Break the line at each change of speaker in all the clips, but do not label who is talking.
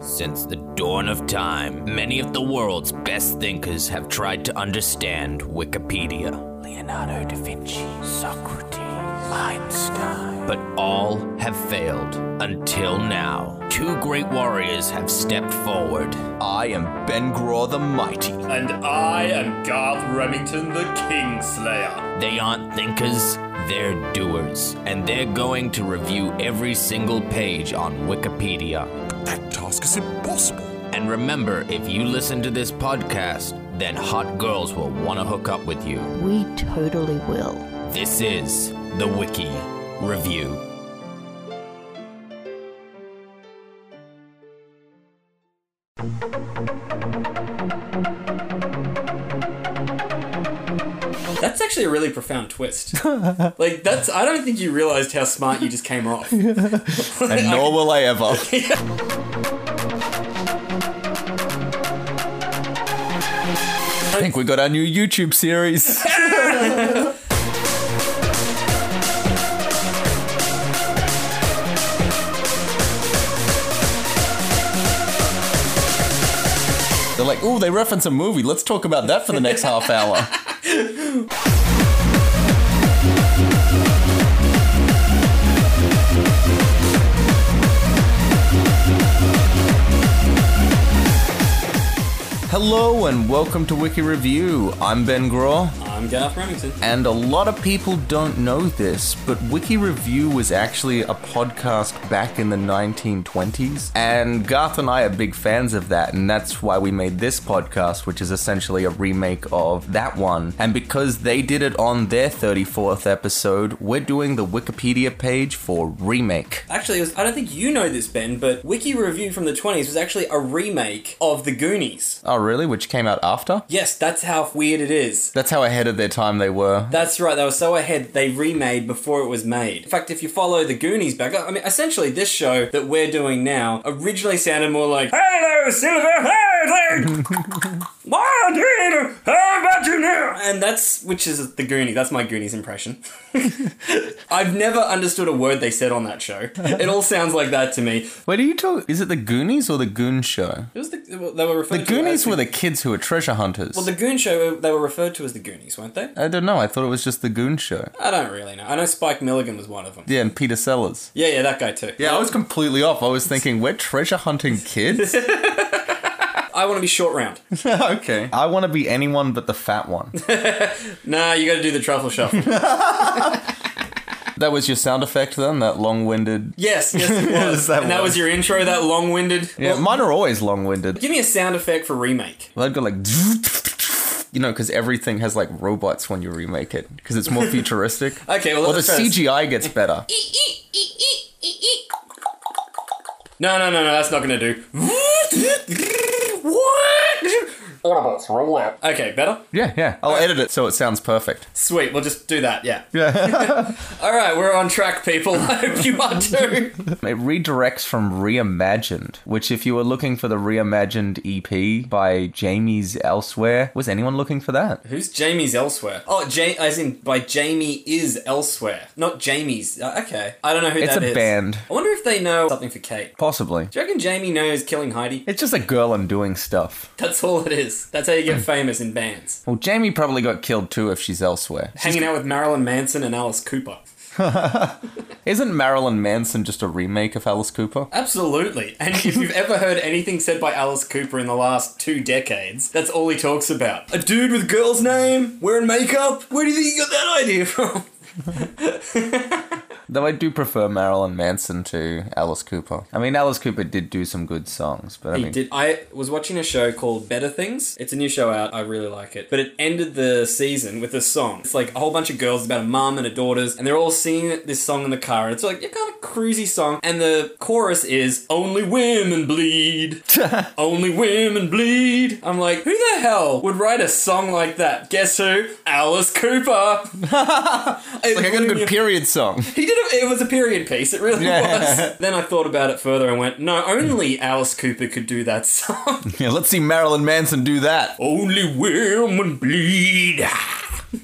Since the dawn of time, many of the world's best thinkers have tried to understand Wikipedia. Leonardo da Vinci, Socrates, Einstein. But all have failed until now. Two great warriors have stepped forward. I am Ben Graw the Mighty.
And I am Garth Remington the Kingslayer.
They aren't thinkers, they're doers. And they're going to review every single page on Wikipedia.
That task is impossible.
And remember, if you listen to this podcast, then hot girls will want to hook up with you.
We totally will.
This is the Wiki Review.
That's actually a really profound twist. like that's I don't think you realized how smart you just came off.
And nor will I ever. I think we got our new YouTube series. They're like, ooh, they reference a movie. Let's talk about that for the next half hour. Hello and welcome to Wiki Review. I'm Ben Graw.
I'm Garth Remington.
And a lot of people don't know this, but Wiki Review was actually a podcast back in the 1920s. And Garth and I are big fans of that, and that's why we made this podcast, which is essentially a remake of that one. And because they did it on their 34th episode, we're doing the Wikipedia page for remake.
Actually, it was, I don't think you know this, Ben, but Wiki Review from the 20s was actually a remake of The Goonies.
Oh, really? Which came out after?
Yes, that's how weird it is.
That's how ahead of their time they were.
That's right, they were so ahead, they remade before it was made. In fact, if you follow The Goonies back, I mean, essentially, this show that we're doing now originally sounded more like, Hello, Silver Hayley! Why do you How about you now? And that's, which is The Goonies, that's my Goonies impression. I've never understood a word they said on that show. It all sounds like that to me.
Wait, are you talking? Is it the Goonies or the Goon Show?
It was the, they were referred
The
to as
Goonies were the kids who were treasure hunters.
Well, the Goon Show, they were referred to as the Goonies, weren't they?
I don't know. I thought it was just the Goon Show.
I don't really know. I know Spike Milligan was one of them.
Yeah, and Peter Sellers.
Yeah, yeah, that guy too.
Yeah, I was completely off. I was thinking, we're treasure hunting kids?
I want to be short round.
okay. I want to be anyone but the fat one.
nah, you got to do the truffle shuffle.
that was your sound effect then? That long winded.
yes, yes, it was.
Yes, that
and that was
was.
your intro. That long-winded.
Yeah,
Well,
mine are always long winded.
give me a sound effect for remake.
Well, I'd go like. You know, because everything has like robots when you remake it, because it's more futuristic.
Okay, well,
or the
let's first-
CGI gets better.
No, no, no, no. That's not going to do. what?
Autobots, roll out.
Okay, better.
yeah, yeah. I'll edit it so it sounds perfect.
Sweet. We'll just do that. Yeah.
Yeah.
All right, we're on track, people. I hope you are too.
It redirects from Reimagined, which, if you were looking for the Reimagined EP by Jamie's Elsewhere, was anyone looking for that?
Who's Jamie's elsewhere? Oh, ja- as in by Jamie is elsewhere, not Jamie's. Uh, okay, I don't know who
It's
that
a
is.
band.
I wonder if they know something for Kate.
Possibly.
Do you reckon Jamie knows killing Heidi?
It's just a girl and doing stuff.
That's all it is. That's how you get famous in bands.
Well, Jamie probably got killed too if she's elsewhere.
Hanging out with Marilyn Manson and Alice Cooper.
Isn't Marilyn Manson just a remake of Alice Cooper?
Absolutely. And if you've ever heard anything said by Alice Cooper in the last two decades, that's all he talks about. A dude with a girl's name, wearing makeup. Where do you think you got that idea from?
Though I do prefer Marilyn Manson to Alice Cooper. I mean, Alice Cooper did do some good songs, but I
He
mean,
did. I was watching a show called Better Things. It's a new show out. I really like it. But it ended the season with this song. It's like a whole bunch of girls about a mum and her daughters, and they're all singing this song in the car. It's like a kind of cruisy song, and the chorus is "Only women bleed, only women bleed." I'm like, who the hell would write a song like that? Guess who? Alice Cooper. It
like I got a
blew me
good period song.
he did. A, it was a period piece. It really
Yeah.
was. Then I thought about it further and went, no, only Alice Cooper could do that song.
yeah, let's see Marilyn Manson do that.
only women bleed.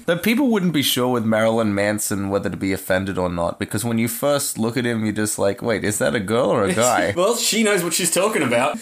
Though people wouldn't be sure with Marilyn Manson whether to be offended or not, because when you first look at him, you're just like, wait, is that a girl or a guy?
well, she knows what she's talking about.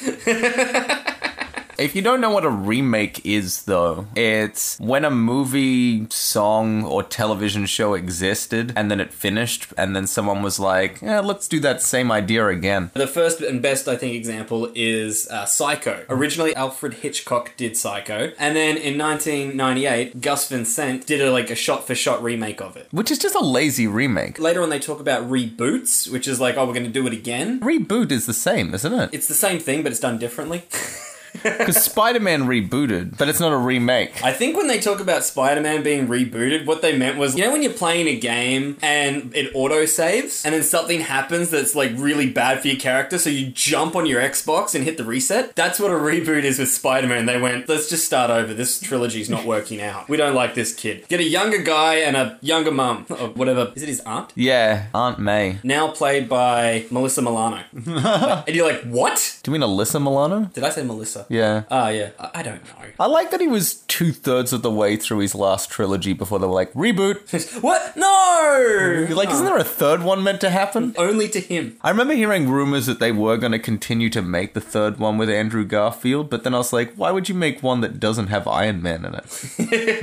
If you don't know what a remake is, though, it's when a movie, song, or television show existed and then it finished, and then someone was like, eh, let's do that same idea again.
The first and best, I think, example is uh, Psycho. Originally, Alfred Hitchcock did Psycho, and then in 1998, Gus Van Sant did a, like a shot-for-shot remake of it.
Which is just a lazy remake.
Later on, they talk about reboots, which is like, oh, we're going to do it again.
Reboot is the same, isn't it?
It's the same thing, but it's done differently.
Because Spider Man rebooted, but it's not a remake.
I think when they talk about Spider Man being rebooted, what they meant was, you know, when you're playing a game and it auto saves, and then something happens that's like really bad for your character, so you jump on your Xbox and hit the reset? That's what a reboot is with Spider Man. They went, let's just start over. This trilogy's not working out. We don't like this kid. Get a younger guy and a younger mum, or whatever. Is it his aunt?
Yeah, Aunt May.
Now played by Melissa Milano. and you're like, what?
Do you mean Alyssa Milano?
Did I say Melissa?
Yeah.
Ah, yeah. I I don't know.
I like that he was two thirds of the way through his last trilogy before they were like, reboot.
What? No!
You're like, isn't there a third one meant to happen?
Only to him.
I remember hearing rumors that they were going to continue to make the third one with Andrew Garfield, but then I was like, why would you make one that doesn't have Iron Man in it?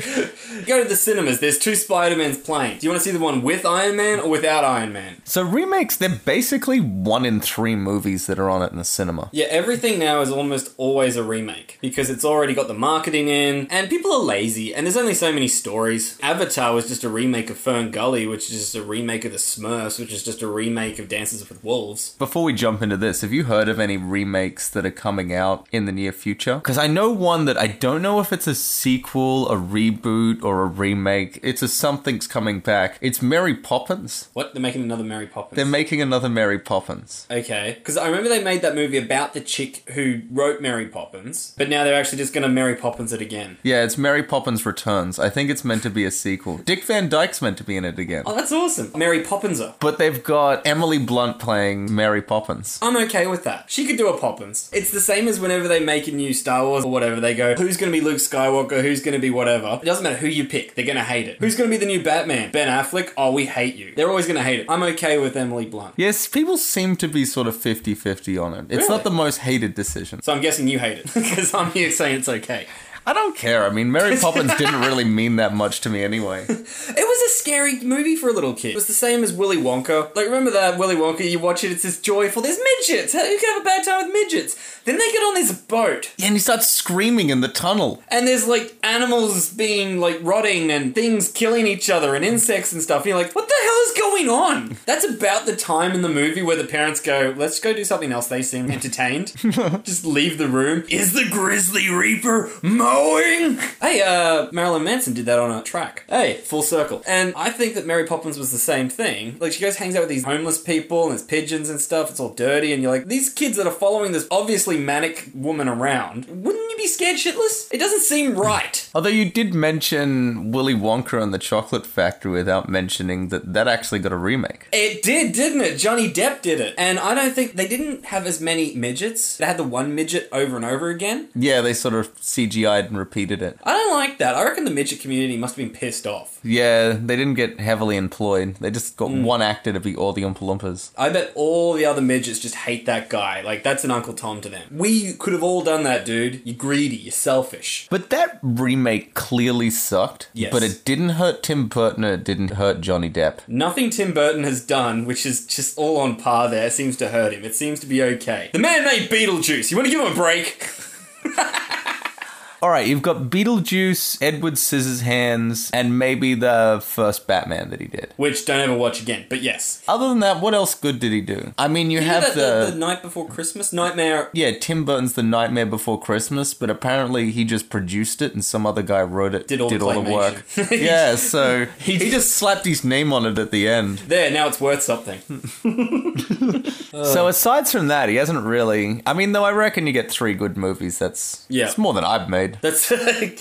Go to the cinemas. There's two Spider-Mans playing. Do you want to see the one with Iron Man or without Iron Man?
So remakes, they're basically one in three movies that are on it in the cinema.
Yeah, everything now is almost always a remake because it's already got the marketing in and people are lazy and there's only so many stories. Avatar was just a remake of Fern Gully, which is just a remake of the Smurfs, which is just a remake of Dances with Wolves.
Before we jump into this, have you heard of any remakes that are coming out in the near future? Because I know one that I don't know if it's a sequel, a reboot, or a remake. It's a something's coming back. It's Mary Poppins.
What? They're making another Mary Poppins.
They're making another Mary Poppins.
Okay, because I remember they made that movie about the chick who wrote Mary Poppins, but now they're actually just going to Mary Poppins it again.
Yeah, it's Mary Poppins Returns. I think it's meant to be a sequel. Dick Van Dyke's meant to be in it again.
Oh, that's awesome. Mary Poppinser.
But they've got Emily Blunt playing Mary Poppins.
I'm okay with that. She could do a Poppins. It's the same as whenever they make a new Star Wars or whatever, they go, who's going to be Luke Skywalker? Who's going to be whatever? It doesn't matter who you pick, they're going to hate it. Who's going to be the new Batman? Ben Affleck? Oh, we hate you. They're always going to hate it. I'm okay with Emily Blunt.
Yes, people seem to be sort of 50 50 on it. It's
Really?
not the most hated decision.
So I'm guessing you hate it because I'm here saying it's okay.
I don't care. I mean, Mary Poppins didn't really mean that much to me anyway.
It was a scary movie for a little kid. It was the same as Willy Wonka. Like, remember that Willy Wonka? You watch it, it's this joyful. There's midgets. How- You can have a bad time with midgets. Then they get on this boat,
Yeah, and he starts screaming in the tunnel.
and there's like animals being like rotting and things killing each other and insects and stuff. And you're like, what the hell is going on? That's about the time in the movie where the parents go, let's go do something else. They seem entertained. Just leave the room. Is the Grizzly Reaper mowing? Hey, uh, Marilyn Manson did that on a track. Hey, full circle. And I think that Mary Poppins was the same thing. Like, she goes, hangs out with these homeless people, and there's pigeons and stuff. It's all dirty, and you're like, these kids that are following this obviously manic woman around, wouldn't you be scared shitless? It doesn't seem right.
Although you did mention Willy Wonka and the Chocolate Factory without mentioning that that actually got a remake.
It did, didn't it? Johnny Depp did it. And I don't think they didn't have as many midgets. They had the one midget over and over again.
Yeah, they sort of CGI'd and repeated it.
I don't like that. I reckon the midget community must have been pissed off.
Yeah, they didn't get heavily employed. They just got one actor to be all the Oompa Loompas.
I bet all the other midgets just hate that guy. Like, that's an Uncle Tom to them. We could have all done that, dude. You're greedy, you're selfish.
But that remake clearly sucked.
Yes.
But it didn't hurt Tim Burton. and It didn't hurt Johnny Depp.
Nothing Tim Burton has done, which is just all on par there, seems to hurt him. It seems to be okay. The man made Beetlejuice. You want to give him a break?
All right, you've got Beetlejuice, Edward Scissorhands, and maybe the first Batman that he did.
Which don't ever watch again, but yes.
Other than that, what else good did he do? I mean, you
You know
have
that, the,
the.
the night before Christmas? Nightmare.
yeah, Tim Burton's The Nightmare Before Christmas, but apparently he just produced it and some other guy wrote it,
Did all the
work.
claymation.
yeah, so
He
he,
did-
just slapped his name on it at the end.
There, now it's worth something.
So aside from that, he hasn't really. I mean, though I reckon you get three good movies. That's
Yeah.
it's more than I've made. kid.
That's like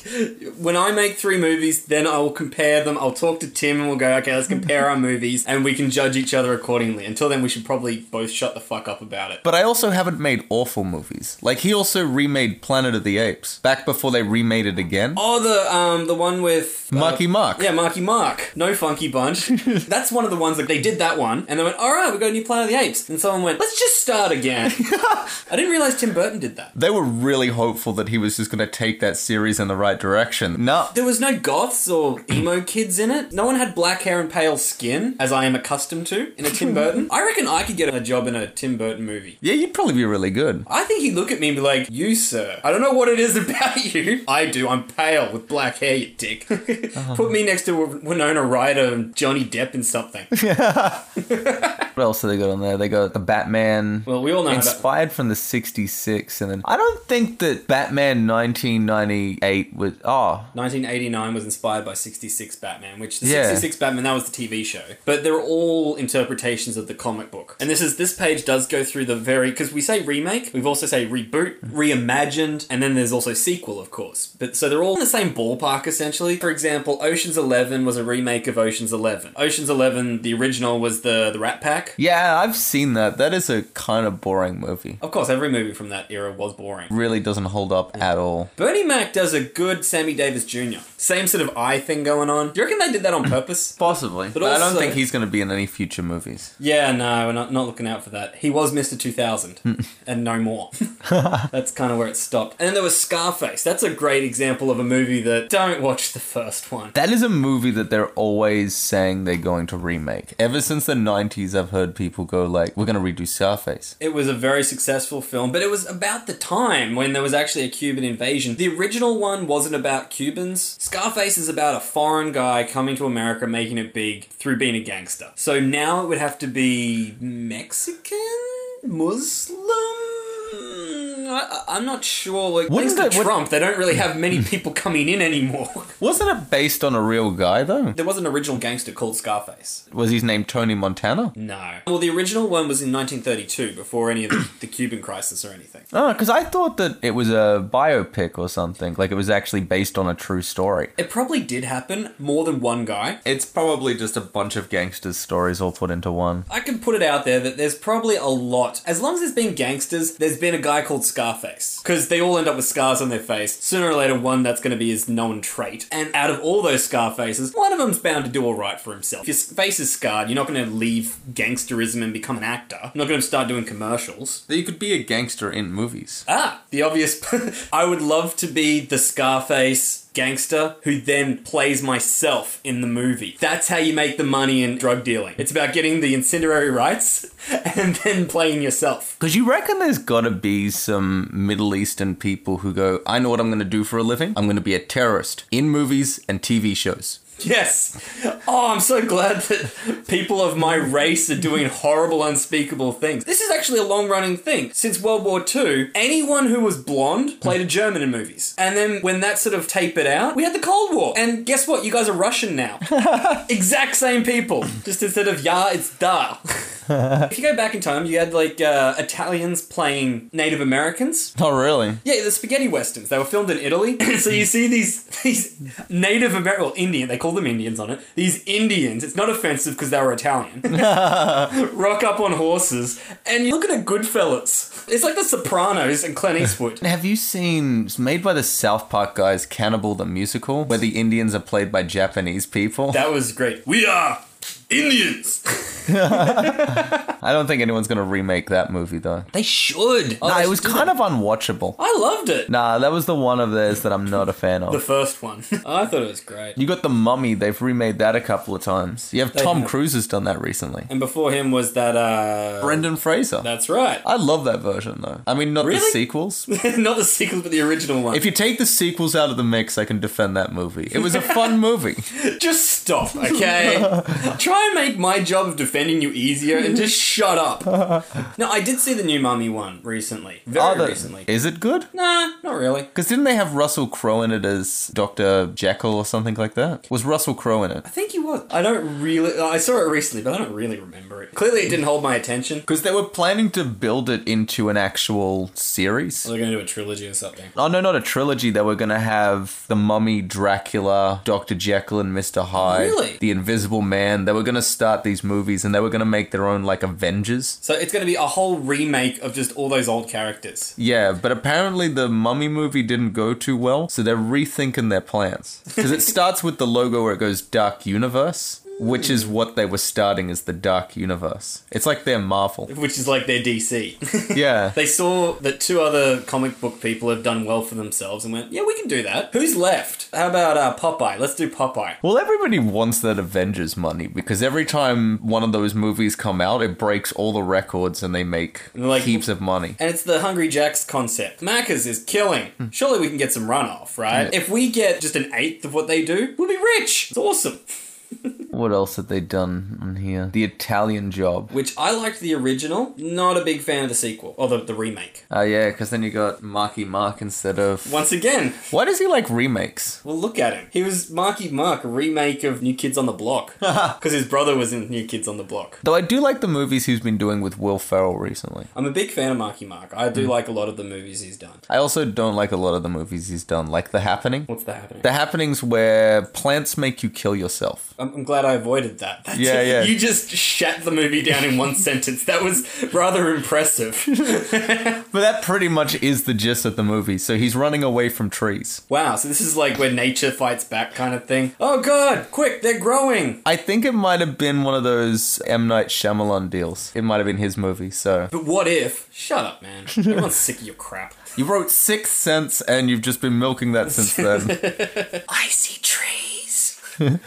when I make three movies, then I will compare them. I'll talk to Tim and we'll go, okay, let's compare our movies and we can judge each other accordingly. Until then, we should probably both shut the fuck up about it.
But I also haven't made awful movies. Like he also remade Planet of the Apes back before they remade it again.
Oh, the um, the one with uh,
Marky Mark.
Yeah, Marky Mark. No funky bunch. That's one of the ones that they did that one, and they went, "All right, we got a new Planet of the Apes," and someone went, "Let's just start again." I didn't realize Tim Burton did that.
They were really hopeful that he was just going to take that series in the right direction. No,
There was no goths or emo kids in it. No one had black hair and pale skin, as I am accustomed to in a Tim Burton. I reckon I could get a job in a Tim Burton movie.
yeah, you'd probably be really good.
I think he'd look at me and be like, You, sir, I don't know what it is about you. I do. I'm pale with black hair, you dick. Put me next to Winona Ryder and Johnny Depp and something.
What else have they got on there? They got the Batman.
Well, we all know how that.
Inspired from the 66, and then I don't think that Batman 1998 was. Oh,
1989 was inspired by 66 Batman, which the
Yeah.
66 Batman, that was the TV show. But they're all interpretations of the comic book. And this is this page does go through the very because we say remake, we've also say reboot, reimagined, and then there's also sequel, of course. But so they're all in the same ballpark essentially. For example, Ocean's Eleven was a remake of Ocean's Eleven. Ocean's Eleven, the original was the the Rat Pack.
yeah, I've seen that. That is a kind of boring movie.
Of course, every movie from that era was boring.
Really doesn't hold up at all.
Bernie Mac does a good Sammy Davis Jr. Same sort of eye thing going on. Do you reckon they did that on purpose?
Possibly. But,
But
I don't
also-
think he's going to be in any future movies.
Yeah, no, we're not, not looking out for that. He was Mr. 2000 and no more. That's kind of where it stopped. And then there was Scarface. That's a great example of a movie that don't watch the first one.
That is a movie that they're always saying they're going to remake. Ever since the 90s, I've heard people go, like, we're going to redo Scarface.
It was a very successful film, but it was about the time when there was actually a Cuban invasion. The original one wasn't about Cubans. Scarface is about a foreign guy coming to America, making it big through being a gangster. So now it would have to be Mexican? Muslim? I, I- I'm not sure. Like,
Wouldn't
thanks to
it- would-
Trump, they don't really have many people coming in anymore.
Wasn't it based on a real guy, though?
there was an original gangster called Scarface.
Was his name Tony Montana?
No. Well, the original one was in 1932, before any of the, the Cuban crisis or anything.
Oh, because I thought that it was a biopic or something. Like, it was actually based on a true story.
It probably did happen more than one guy.
It's probably just a bunch of gangsters' stories all put into one.
I can put it out there that there's probably a lot. As long as there's been gangsters, there's been a guy called Scarface. Because they all end up with scars on their face. Sooner or later, one that's going to be his known trait. And out of all those Scarfaces, one of them's bound to do alright for himself. If your face is scarred, you're not going to leave gangsterism and become an actor. You're not going to start doing commercials.
You could be a gangster in movies.
Ah, the obvious. I would love to be the Scarface gangster who then plays myself in the movie. That's how you make the money in drug dealing. It's about getting the incendiary rights and then playing yourself.
Because you reckon there's got to be some Middle Eastern people who go, I know what I'm going to do for a living. I'm going to be a terrorist in movies and TV shows.
Yes. Oh, I'm so glad that people of my race are doing horrible, unspeakable things. This is actually a long running thing. Since World War II, anyone who was blonde played a German in movies. And then when that sort of tapered out, we had the Cold War. And guess what? You guys are Russian now. exact same people. Just instead of ya, it's da. if you go back in time, you had like uh, Italians playing Native Americans.
Oh, really?
Yeah, the spaghetti westerns. They were filmed in Italy, so you see these these Native American, well, Indian. They call them Indians on it. These Indians. It's not offensive because they were Italian. Rock up on horses, and you look at a Goodfellas. It's like The Sopranos and Clint Eastwood.
Have you seen it's made by the South Park guys Cannibal the Musical, where the Indians are played by Japanese people?
That was great. We are Indians.
I don't think anyone's going to remake that movie though.
They should.
nah, it was kind of unwatchable.
I loved it.
Nah, that was the one of theirs that I'm not a fan
The
of.
first one. I thought it was great.
You got the Mummy. They've remade that a couple of times. You have
They
Tom
have.
Cruise has done that recently.
And before him was that uh.
Brendan Fraser.
That's right.
I love that version though. I mean, not the
Really?
sequels.
not the sequel, but the original one.
If you take the sequels out of the mix, I can defend that movie. It was a fun movie.
Just stop, okay? Try try and make my job of defending you easier and just shut up. no, I did see the new Mummy one recently. Very
Are the-
recently.
Is it good?
Nah, not really.
Because didn't they have Russell Crowe in it as Dr. Jekyll or something like that? Was Russell Crowe in it?
I think he was. I don't really. I saw it recently, but I don't really remember it. Clearly, it didn't hold my attention.
Because they were planning to build it into an actual series.
They're going to do a trilogy or something.
Oh no, not a trilogy. They were gonna have the Mummy, Dracula, Doctor Jekyll, and Mister Hyde.
Really?
The Invisible Man. They were gonna start these movies, and they were gonna make their own like Avengers.
So it's going to be a whole remake of just all those old characters.
Yeah, but apparently the Mummy movie didn't go too well, so they're rethinking their plans because it starts with the logo where it goes Dark Universe, which is what they were starting as the Dark Universe. It's like their Marvel.
Which is like their DC.
Yeah.
They saw that two other comic book people have done well for themselves and went, yeah, we can do that. Who's left? How about uh, Popeye? Let's do Popeye.
Well, everybody wants that Avengers money because every time one of those movies come out, it breaks all the records and they make
Like-
heaps of money.
And it's the Hungry Jack's concept. Macca's is killing.
Hmm.
Surely we can get some runoff, right? If we get just an eighth of what they do, we'll be rich. It's awesome.
What else had they done on here? The Italian Job.
Which I liked the original. Not a big fan of the sequel or the, the remake.
Oh yeah, because then you got Marky Mark instead of.
Once again,
Why does he like remakes?
well, look at him. He was Marky Mark, a remake of New Kids on the Block. Because his brother was in New Kids on the Block.
Though I do like the movies he's been doing with Will Ferrell recently.
I'm a big fan of Marky Mark. I
Hmm.
do like a lot of the movies he's done.
I also don't like a lot of the movies he's done, like The Happening.
What's that happening?
The Happening's where plants make you kill yourself.
I'm, I'm glad I avoided that. That's-
Yeah, yeah.
You just shat the movie down in one sentence. That was rather impressive.
But that pretty much is the gist of the movie. So he's running away from trees.
Wow, so this is like where nature fights back kind of thing. Oh god, quick, they're growing!
I think it might have been one of those M Night Shyamalan deals. It might have been his movie. So
But what if? Shut up, man. Everyone's sick of your crap.
you wrote Sixth Sense, and you've just been milking that since then.
I see trees.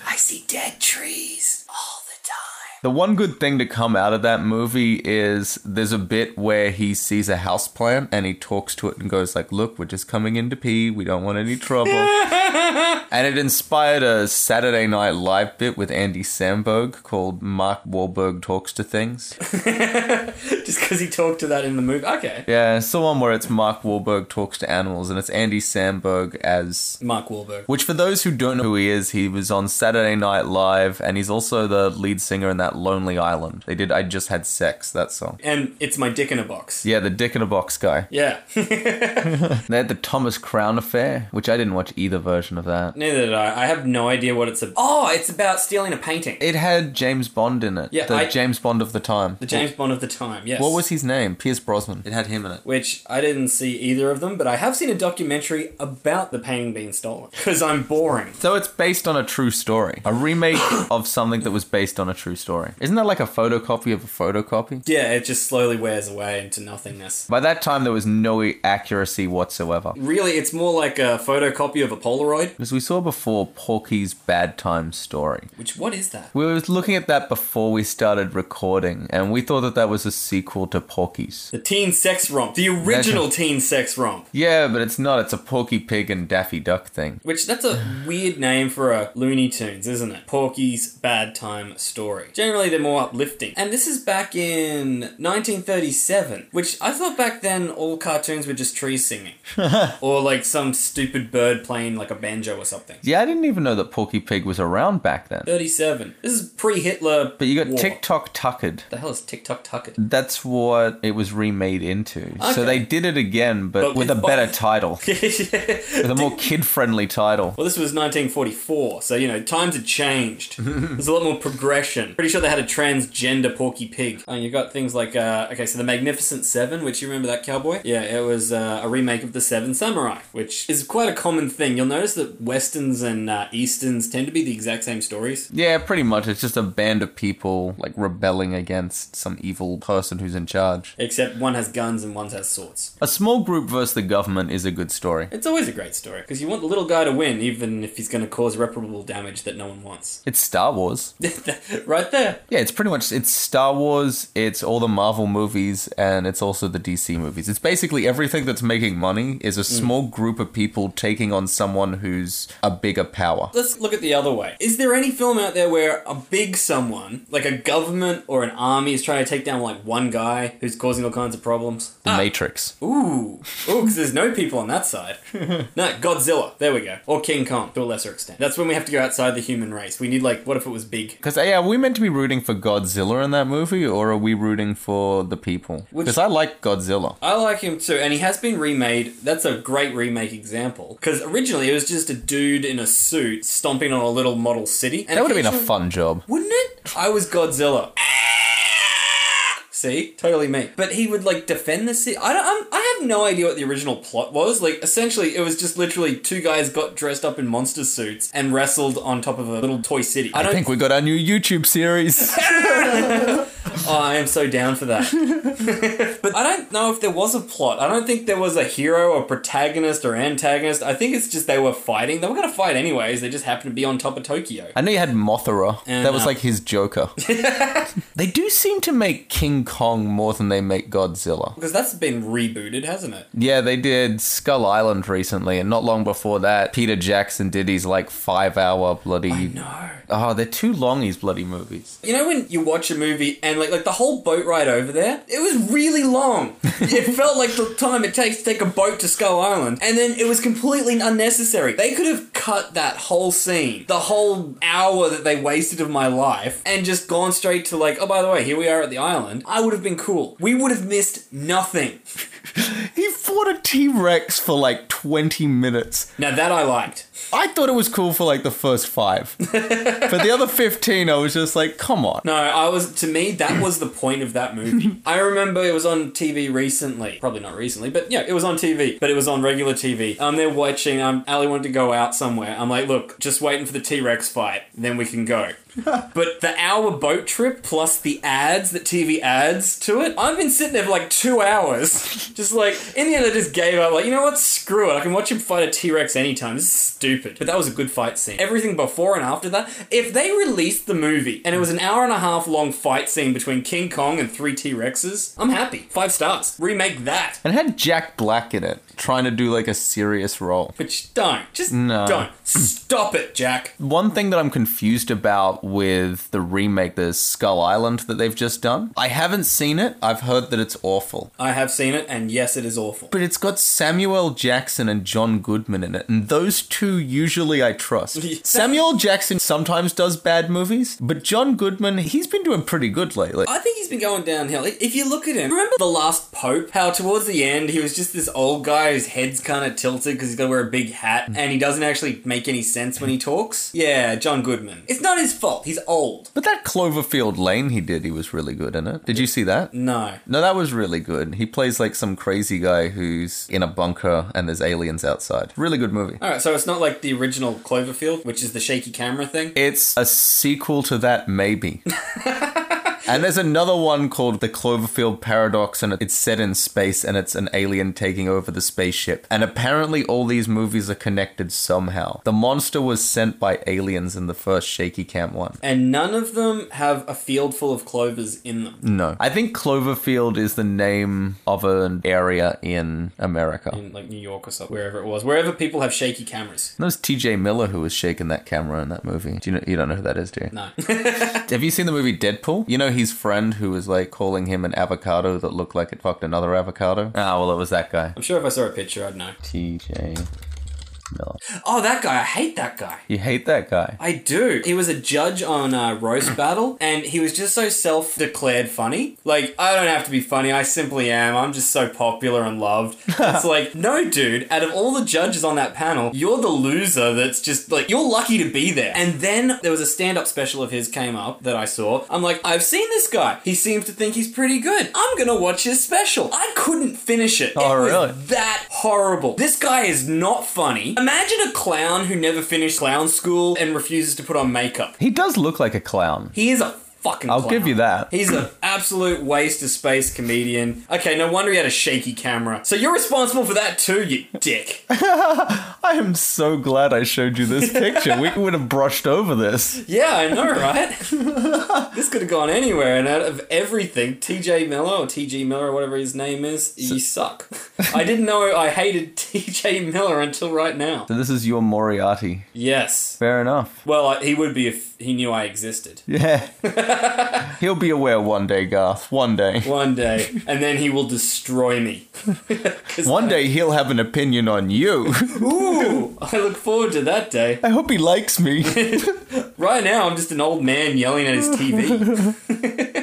I see dead trees all the time.
the one good thing to come out of that movie is there's a bit where he sees a houseplant and he talks to it and goes like, "Look, we're just coming in to pee. We don't want any trouble." and it inspired a Saturday Night Live bit with Andy Samberg called "Mark Wahlberg Talks to Things."
Just because he talked to that in the movie. Okay.
Yeah, it's the one where it's Mark Wahlberg talks to animals, and it's Andy Samberg as
Mark Wahlberg.
Which, for those who don't know who he is, he was on Saturday Night Live, and he's also the lead singer in that Lonely Island. They did I Just Had Sex, that song.
And it's my dick in a box.
Yeah, the Dick in a Box guy.
Yeah.
They had the Thomas Crown Affair, which I didn't watch either version of that.
Neither did I. I have no idea what it's about. Oh, it's about stealing a painting.
It had James Bond in it.
Yeah,
the
I-
James Bond of the time.
The James Bond of the time, yes.
What was his name? Pierce Brosnan. It had him in it.
Which I didn't see either of them, but I have seen a documentary about the painting being stolen. Because I'm boring.
So it's based on a true story. A remake of something that was based on a true story. Isn't that like a photocopy of a photocopy?
Yeah, it just slowly wears away into nothingness.
By that time, there was no accuracy whatsoever.
Really, it's more like a photocopy of a Polaroid.
Because we saw before Porky's bad time story.
Which, what is that?
We were looking at that before we started recording, and we thought that that was a sequel to Porky's.
The teen sex romp. The original teen sex romp.
Yeah, but it's not. It's a Porky Pig and Daffy Duck thing.
Which, that's a weird name for a Looney Tunes, isn't it? Porky's Bad Time Story. Generally, they're more uplifting. And this is back in 1937, which I thought back then all cartoons were just trees singing. or like some stupid bird playing like a banjo or something.
Yeah, I didn't even know that Porky Pig was around back then.
37. This is pre Hitler.
But you got TikTok Tuckered.
The hell is TikTok Tucket?
That's what it was remade into.
Okay.
So they did it again, but,
But
with a
with-
better title,
well,
with a more kid friendly title.
this was 1944, so you know times had changed. There's a lot more progression. Pretty sure they had a transgender Porky Pig. Oh, And you got things like, uh, okay, so the Magnificent Seven, which you remember that cowboy? Yeah, it was uh, a remake of the Seven Samurai, which is quite a common thing. You'll notice that westerns and uh, easterns tend to be the exact same stories.
Yeah, pretty much. It's just a band of people, like, rebelling against some evil person who's in charge.
Except one has guns and one has swords.
A small group versus the government is a good story.
It's always a great story because you want the little guy to win, even if he's going to cause irreparable damage that no one wants.
It's Star Wars.
right there.
Yeah, it's pretty much it's Star Wars, it's all the Marvel movies and it's also the DC
Mm.
movies. It's basically everything that's making money is a small group of people taking on someone who's a bigger power.
Let's look at the other way. Is there any film out there where a big someone, like a government or an army, is trying to take down like one guy who's causing all kinds of problems? Ah,
The Matrix.
Ooh, ooh, because there's no people on that side. no, Godzilla. There we go. Or King Kong to a lesser extent. That's when we have to go outside the human race. We need like, what if it was big?
Because yeah, are we meant to be rooting for Godzilla in that movie, or are we rooting for the people?
Which-
Because I like Godzilla.
I like him too, and he has been remade. That's a great remake example because originally it was just a dude in a suit stomping on a little model city. And
That would have been a
occasionally-
fun job.
wouldn't it? I was Godzilla. See, totally me. But he would like defend the city. I don't. I'm, I have no idea what the original plot was. Like, essentially, it was just literally two guys got dressed up in monster suits and wrestled on top of a little toy city. I
I
don't.
think we got our new YouTube series.
oh, I am so down for that. but I don't know if there was a plot. I don't think there was a hero or protagonist or antagonist. I think it's just they were fighting. They were gonna fight anyways. They just happened to be on top of Tokyo.
I know you had Mothra.
And,
that was
uh,
like his Joker. they do seem to make King Kong more than they make Godzilla.
Because that's been rebooted, hasn't it?
Yeah, they did Skull Island recently, and not long before that, Peter Jackson did his like five hour bloody.
No.
Oh, they're too long, these bloody movies.
You know when you watch a movie and like like the whole boat ride over there, it was really long. it felt like the time it takes to take a boat to Skull Island, and then it was completely unnecessary. They could have cut that whole scene, the whole hour that they wasted of my life, and just gone straight to like, oh by the way, here we are at the island. I would have been cool. We would have missed nothing.
He fought a T Rex for like 20 minutes.
Now that I liked.
I thought it was cool for like the first five. but the other 15, I was just like, come on.
No, I was to me that was the point of that movie. I remember it was on TV recently, probably not recently, but yeah, it was on TV, but it was on regular TV. Um, they're watching. Um, Ali wanted to go out somewhere. I'm like, look, just waiting for the T Rex fight, then we can go. but the hour boat trip plus the ads that TV adds to it, I've been sitting there for like two hours, just like in the end, I just gave up. Like, you know what? Screw it. I can watch him fight a T Rex anytime. This is stupid. But that was a good fight scene. Everything before and after that. If they released the movie and it was an hour and a half long fight scene between King Kong and three T Rexes, I'm happy. Five stars. Remake that.
And it had Jack Black in it, trying to do like a serious role.
But don't. Just
No.
don't. Stop it, Jack.
One thing that I'm confused about with the remake, the Skull Island that they've just done, I haven't seen it. I've heard that it's awful.
I have seen it, and yes, it is awful.
But it's got Samuel Jackson and John Goodman in it, and those two usually I trust. Samuel Jackson sometimes does bad movies, but John Goodman, he's been doing pretty good lately.
I think he's been going downhill. If you look at him, remember the last Pope? How towards the end he was just this old guy whose head's kind of tilted because he's got to wear a big hat and he doesn't actually make any sense when he talks. Yeah, John Goodman. It's not his fault. He's old.
But that Cloverfield Lane he did, he was really good in it. Did you see that?
No.
No, that was really good. He plays like some crazy guy who's in a bunker and there's aliens outside. Really good movie.
All right, so it's not like the original Cloverfield, which is the shaky camera thing.
It's a sequel to that, maybe. and there's another one called The Cloverfield Paradox, and it's set in space and it's an alien taking over the spaceship. And apparently, all these movies are connected somehow. The monster was sent by aliens in the first shaky cam one.
And none of them have a field full of clovers in them.
No. I think Cloverfield is the name of an area in America.
In like New York or something, wherever it was, wherever people have shaky cameras.
That was TJ Miller who was shaking that camera in that movie. Do you know you don't know who that is, do you?
No.
Have you seen the movie Deadpool? You know his friend who was like calling him an avocado that looked like it fucked another avocado? Ah, well it was that guy.
I'm sure if I saw a picture, I'd know.
TJ Miller.
Oh, that guy. I hate that guy.
You hate that guy.
I do. He was a judge on uh, Roast Battle, and he was just so self declared funny. Like, I don't have to be funny, I simply am. I'm just so popular and loved. it's like, no, dude, out of all the judges on that panel, you're the loser that's just like, you're lucky to be there. And then there was a stand up special of his came up that I saw. I'm like, I've seen this guy. He seems to think he's pretty good. I'm gonna watch his special. I couldn't finish it.
Oh,
It was
really?
that horrible. This guy is not funny. Imagine a clown who never finished clown school and refuses to put on makeup.
He does look like a clown.
He is a fucking
I'll
clown.
give you that.
He's an absolute waste of space comedian. Okay, no wonder he had a shaky camera. So you're responsible for that too, you dick.
I am so glad I showed you this picture. we would have brushed over this.
yeah, I know, right? this could have gone anywhere, and out of everything, TJ Miller or TG Miller or whatever his name is, you suck. I didn't know I hated TJ Miller until right now.
So this is your Moriarty.
Yes.
Fair enough.
Well, I- he would be if he knew I existed.
Yeah. He'll be aware one day, Garth. One day.
One day, and then he will destroy me. 'Cause
One
I-
day he'll have an opinion on you.
Ooh, I look forward to that day.
I hope he likes me.
Right now, I'm just an old man yelling at his TV.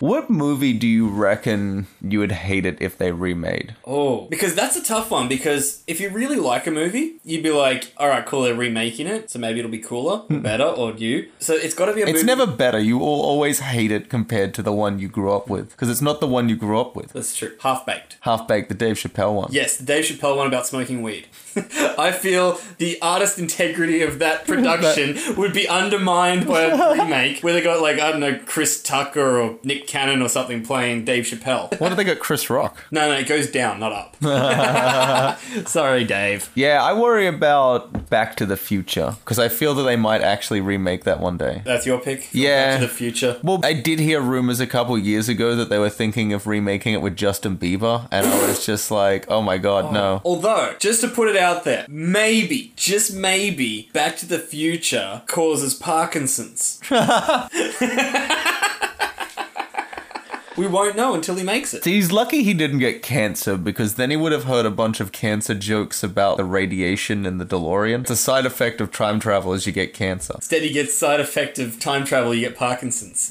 what movie do you reckon you would hate it if they remade?
Oh, because that's a tough one. Because if you really like a movie, you'd be like, "All right, cool, they're remaking it, so maybe it'll be cooler, or better, or new." So it's got to be a
Hmm. It's
movie.
never better. You will always hate it compared to the one you grew up with because it's not the one you grew up with.
that's true. Half baked.
Half Baked, the Dave Chappelle one.
Yes, the Dave Chappelle one about smoking weed. I feel the artist integrity of that production would be undermined by a remake where they got like I don't know Chris Tucker or Nick Cannon or something playing Dave Chappelle.
What have they got? Chris Rock.
No, no, it goes down, not up. Sorry, Dave.
Yeah, I worry about Back to the Future because I feel that they might actually remake that one day.
That's your pick. for
Yeah.
Back to the future.
Well, I did hear rumors a couple years ago that they were thinking of remaking it with Justin Bieber, and I was just like, oh my god, no.
Although, just to put it out there, maybe, just maybe, Back to the Future causes Parkinson's. we won't know until he makes it.
He's lucky he didn't get cancer because then he would have heard a bunch of cancer jokes about the radiation and the DeLorean. It's a side effect of time travel is you get cancer.
Instead, he gets side effect of time travel, you get Parkinson's.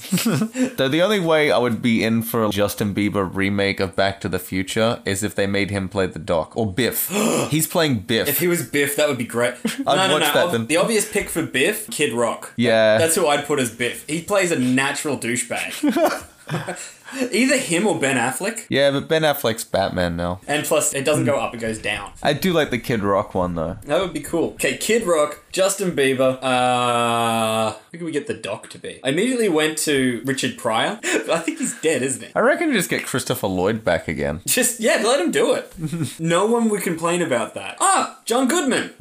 Though the only way I would be in for a Justin Bieber remake of Back to the Future is if they made him play the Doc or Biff. He's playing Biff.
if he was Biff, that would be great. No,
I'd
no, no.
watch that
ob-
then.
The obvious pick for Biff, Kid Rock.
yeah.
That's who I'd put as Biff. He plays a natural douchebag. Either him or Ben Affleck.
yeah, but Ben Affleck's Batman now.
And plus, it doesn't go up, it goes down.
I do like the Kid Rock one though.
That would be cool. Okay, Kid Rock, Justin Bieber. Uh, who can we get the Doc to be? I immediately went to Richard Pryor. I think he's dead, isn't he?
I reckon you just get Christopher Lloyd back again.
Just yeah, let him do it. no one would complain about that. Ah, John Goodman.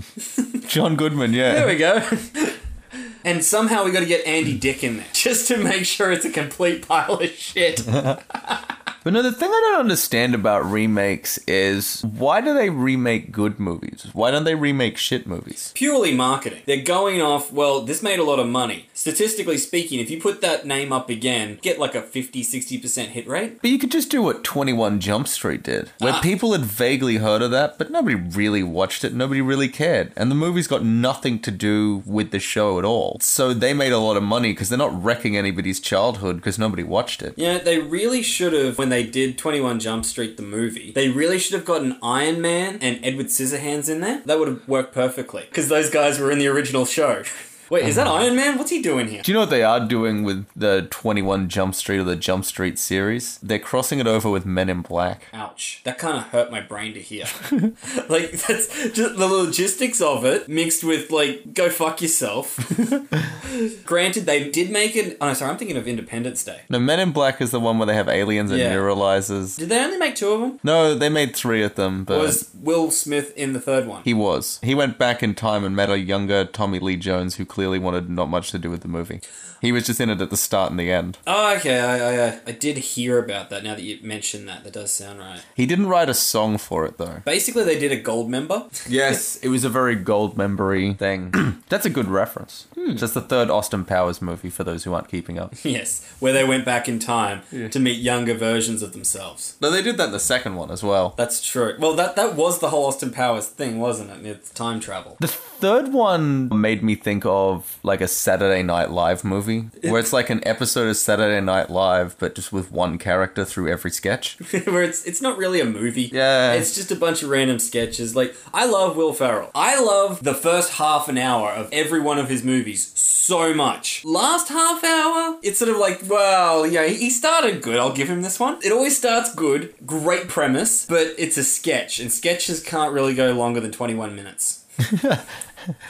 John Goodman, yeah.
There we go. and somehow we got to get Andy Dick in there just to make sure it's a complete pile of shit.
But no, the thing I don't understand about remakes is why do they remake good movies? Why don't they remake shit movies?
purely marketing. They're going off, well, this made a lot of money. Statistically speaking, if you put that name up again, get like a 50 60% hit rate.
But you could just do what 21 Jump Street did, where
Ah.
people had vaguely heard of that, but nobody really watched it, nobody really cared. And the movie's got nothing to do with the show at all. So they made a lot of money because they're not wrecking anybody's childhood because nobody watched it.
You know, they really should have, when they did 21 Jump Street, the movie, they really should have gotten Iron Man and Edward Scissorhands in there. That would have worked perfectly because those guys were in the original show. Wait, is that Iron Man? What's he doing here?
Do you know what they are doing with the 21 Jump Street or the Jump Street series? They're crossing it over with Men in Black.
Ouch. That kind of hurt my brain to hear. like, that's just the logistics of it mixed with, like, go fuck yourself. Granted, they did make it. Oh, no, sorry, I'm thinking of Independence Day.
No, Men in Black is the one where they have aliens and
Yeah.
neuralizers.
Did they only make two of them?
No, they made three of them, but
Was Will Smith in the third one?
he was. He went back in time and met a younger Tommy Lee Jones who clearly wanted not much to do with the movie. He was just in it at the start and the end.
Oh, okay. I, I, uh, I did hear about that now that you mentioned that. That does sound right.
He didn't write a song for it though.
Basically, they did a gold member.
Yes, it was a very gold membery thing. That's a good reference. That's the third Austin Powers movie for those who aren't keeping up.
yes, where they went back in time to meet younger versions of themselves.
No, they did that in the second one as well.
That's true. Well, that, that was the whole Austin Powers thing, wasn't it? It's time travel.
The third one made me think of like a Saturday Night Live movie, where it's like an episode of Saturday Night Live, but just with one character through every sketch.
where it's it's not really a movie.
Yeah.
It's just a bunch of random sketches. Like I love Will Ferrell. I love the first half an hour of every one of his movies so much. Last half hour, it's sort of like, well, yeah, he he started good. I'll give him this one. It always starts good, great premise, but it's a sketch, and sketches can't really go longer than 21 minutes.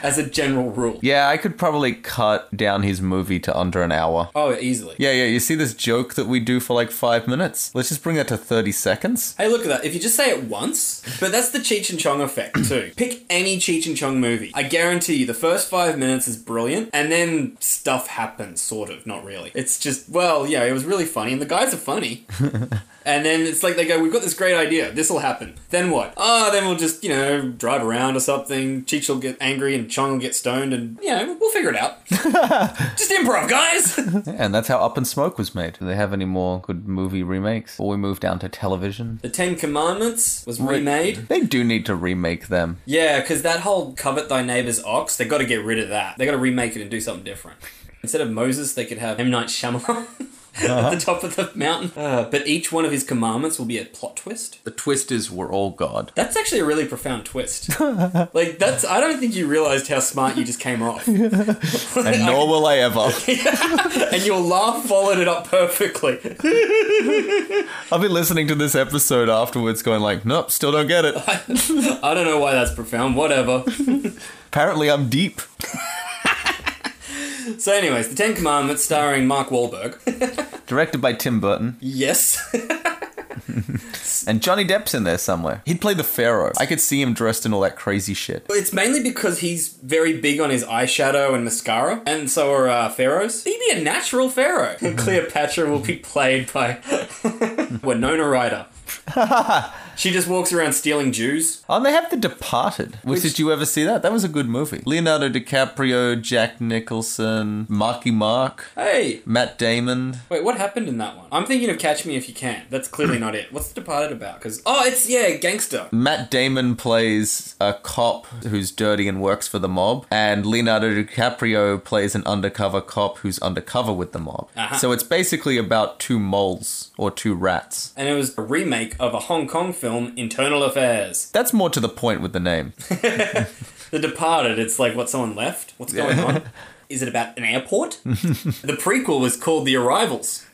as a general rule.
Yeah, I could probably cut down his movie to under an hour.
Oh, easily.
Yeah, yeah, you see this joke that we do for like five minutes? Let's just bring that to 30 seconds.
Hey, look at that. If you just say it once, but that's the Cheech and Chong effect too. Pick any Cheech and Chong movie. I guarantee you the first five minutes is brilliant, and then stuff happens, sort of, not really. It's just, well, yeah, it was really funny, and the guys are funny. and then it's like they go, We've got this great idea, this'll happen. Then what? Oh, then we'll just, you know, drive around or something. Cheech will get angry and Chong will get stoned, and, you know, we'll figure it out. just improv, guys!
Yeah, and that's how Up in Smoke was made. Do they have any more good movie remakes? Or we move down to television?
the Ten Commandments was remade.
They do need to remake them.
Yeah, because that whole covet thy neighbor's ox, they got to get rid of that. They got to remake it and do something different. Instead of Moses, they could have M. Night Shyamalan. At the top of the mountain. Uh, but each one of his commandments will be a plot twist.
The twist is we're all God.
That's actually a really profound twist. like, that's, I don't think you realized how smart you just came off.
And nor will I ever.
and your laugh followed it up perfectly.
I'll be listening to this episode afterwards going like, nope, still don't get it.
I don't know why that's profound, whatever.
Apparently I'm deep.
So, anyways, The Ten Commandments starring Mark Wahlberg.
Directed by Tim Burton.
yes.
And Johnny Depp's in there somewhere. He'd play the Pharaoh. I could see him dressed in all that crazy shit.
It's mainly because he's very big on his eyeshadow and mascara, and so are uh, pharaohs. He'd be a natural pharaoh. Cleopatra will be played by Winona Ryder. she just walks around stealing Jews.
Oh, and they have The Departed. Which, did you ever see that? That was a good movie. Leonardo DiCaprio, Jack Nicholson, Marky Mark,
Hey,
Matt Damon.
wait, what happened in that one? I'm thinking of Catch Me If You Can. That's clearly not it. What's The Departed about? Because oh, it's yeah, gangster.
Matt Damon plays a cop who's dirty and works for the mob, and Leonardo DiCaprio plays an undercover cop who's undercover with the mob. So it's basically about two moles or two rats.
And it was a remake of a Hong Kong film, Internal Affairs.
That's more to the point with the name.
The Departed, it's like what someone left. What's going on? Is it about an airport? the prequel was called The Arrivals.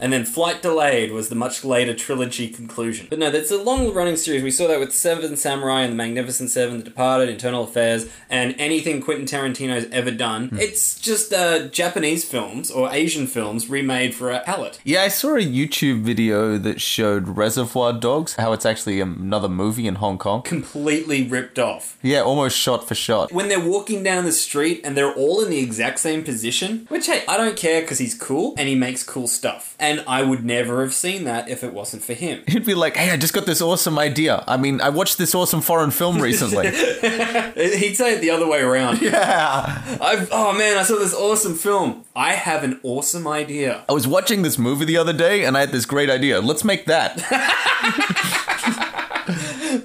and then Flight Delayed was the much later trilogy conclusion. But no, that's a long running series. We saw that with Seven Samurai and The Magnificent Seven, The Departed, Internal Affairs, and anything Quentin Tarantino's ever done. It's just uh, Japanese films or Asian films remade for a palette.
Yeah, I saw a YouTube video that showed Reservoir Dogs, how it's actually another movie in Hong Kong.
Completely ripped off.
Yeah, almost shot for shot.
when they're walking down the street and they're all in the exact same position, which hey, I don't care because he's cool and he makes cool stuff. And I would never have seen that if it wasn't for him.
He'd be like, hey, I just got this awesome idea. I mean, I watched this awesome foreign film recently.
Uh, He'd say it the other way around.
yeah.
I've, oh man, I saw this awesome film. I have an awesome idea.
I was watching this movie the other day and I had this great idea. Let's make that. Uh,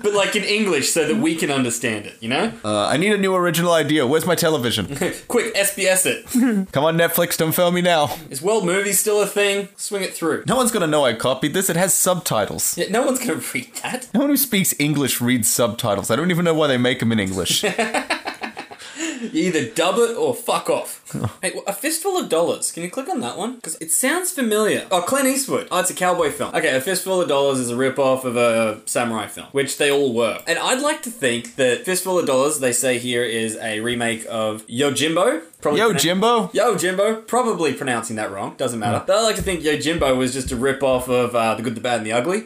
But like in English so that we can understand it, you know?
Uh, I need a new original idea. Where's my television?
Quick, SBS it.
Come on, Netflix, don't fail me now.
Is world movies still a thing? Swing it through.
No one's gonna know I copied this. It has subtitles.
Yeah, no one's gonna read that.
No one who speaks English reads subtitles. I don't even know why they make them in English.
You either dub it or fuck off. hey, a fistful of dollars. Can you click on that one? Because it sounds familiar. Oh, Clint Eastwood. Oh, it's a cowboy film. Okay, a fistful of dollars is a rip-off of a samurai film, which they all were. And I'd like to think that fistful of dollars they say here is a remake of Yo Jimbo. Probably
Yo,
pronoun-
Jimbo.
Yo Jimbo. Probably pronouncing that wrong. Doesn't matter. But I like to think Yo Jimbo was just a rip-off of uh, The Good, the Bad, and the Ugly,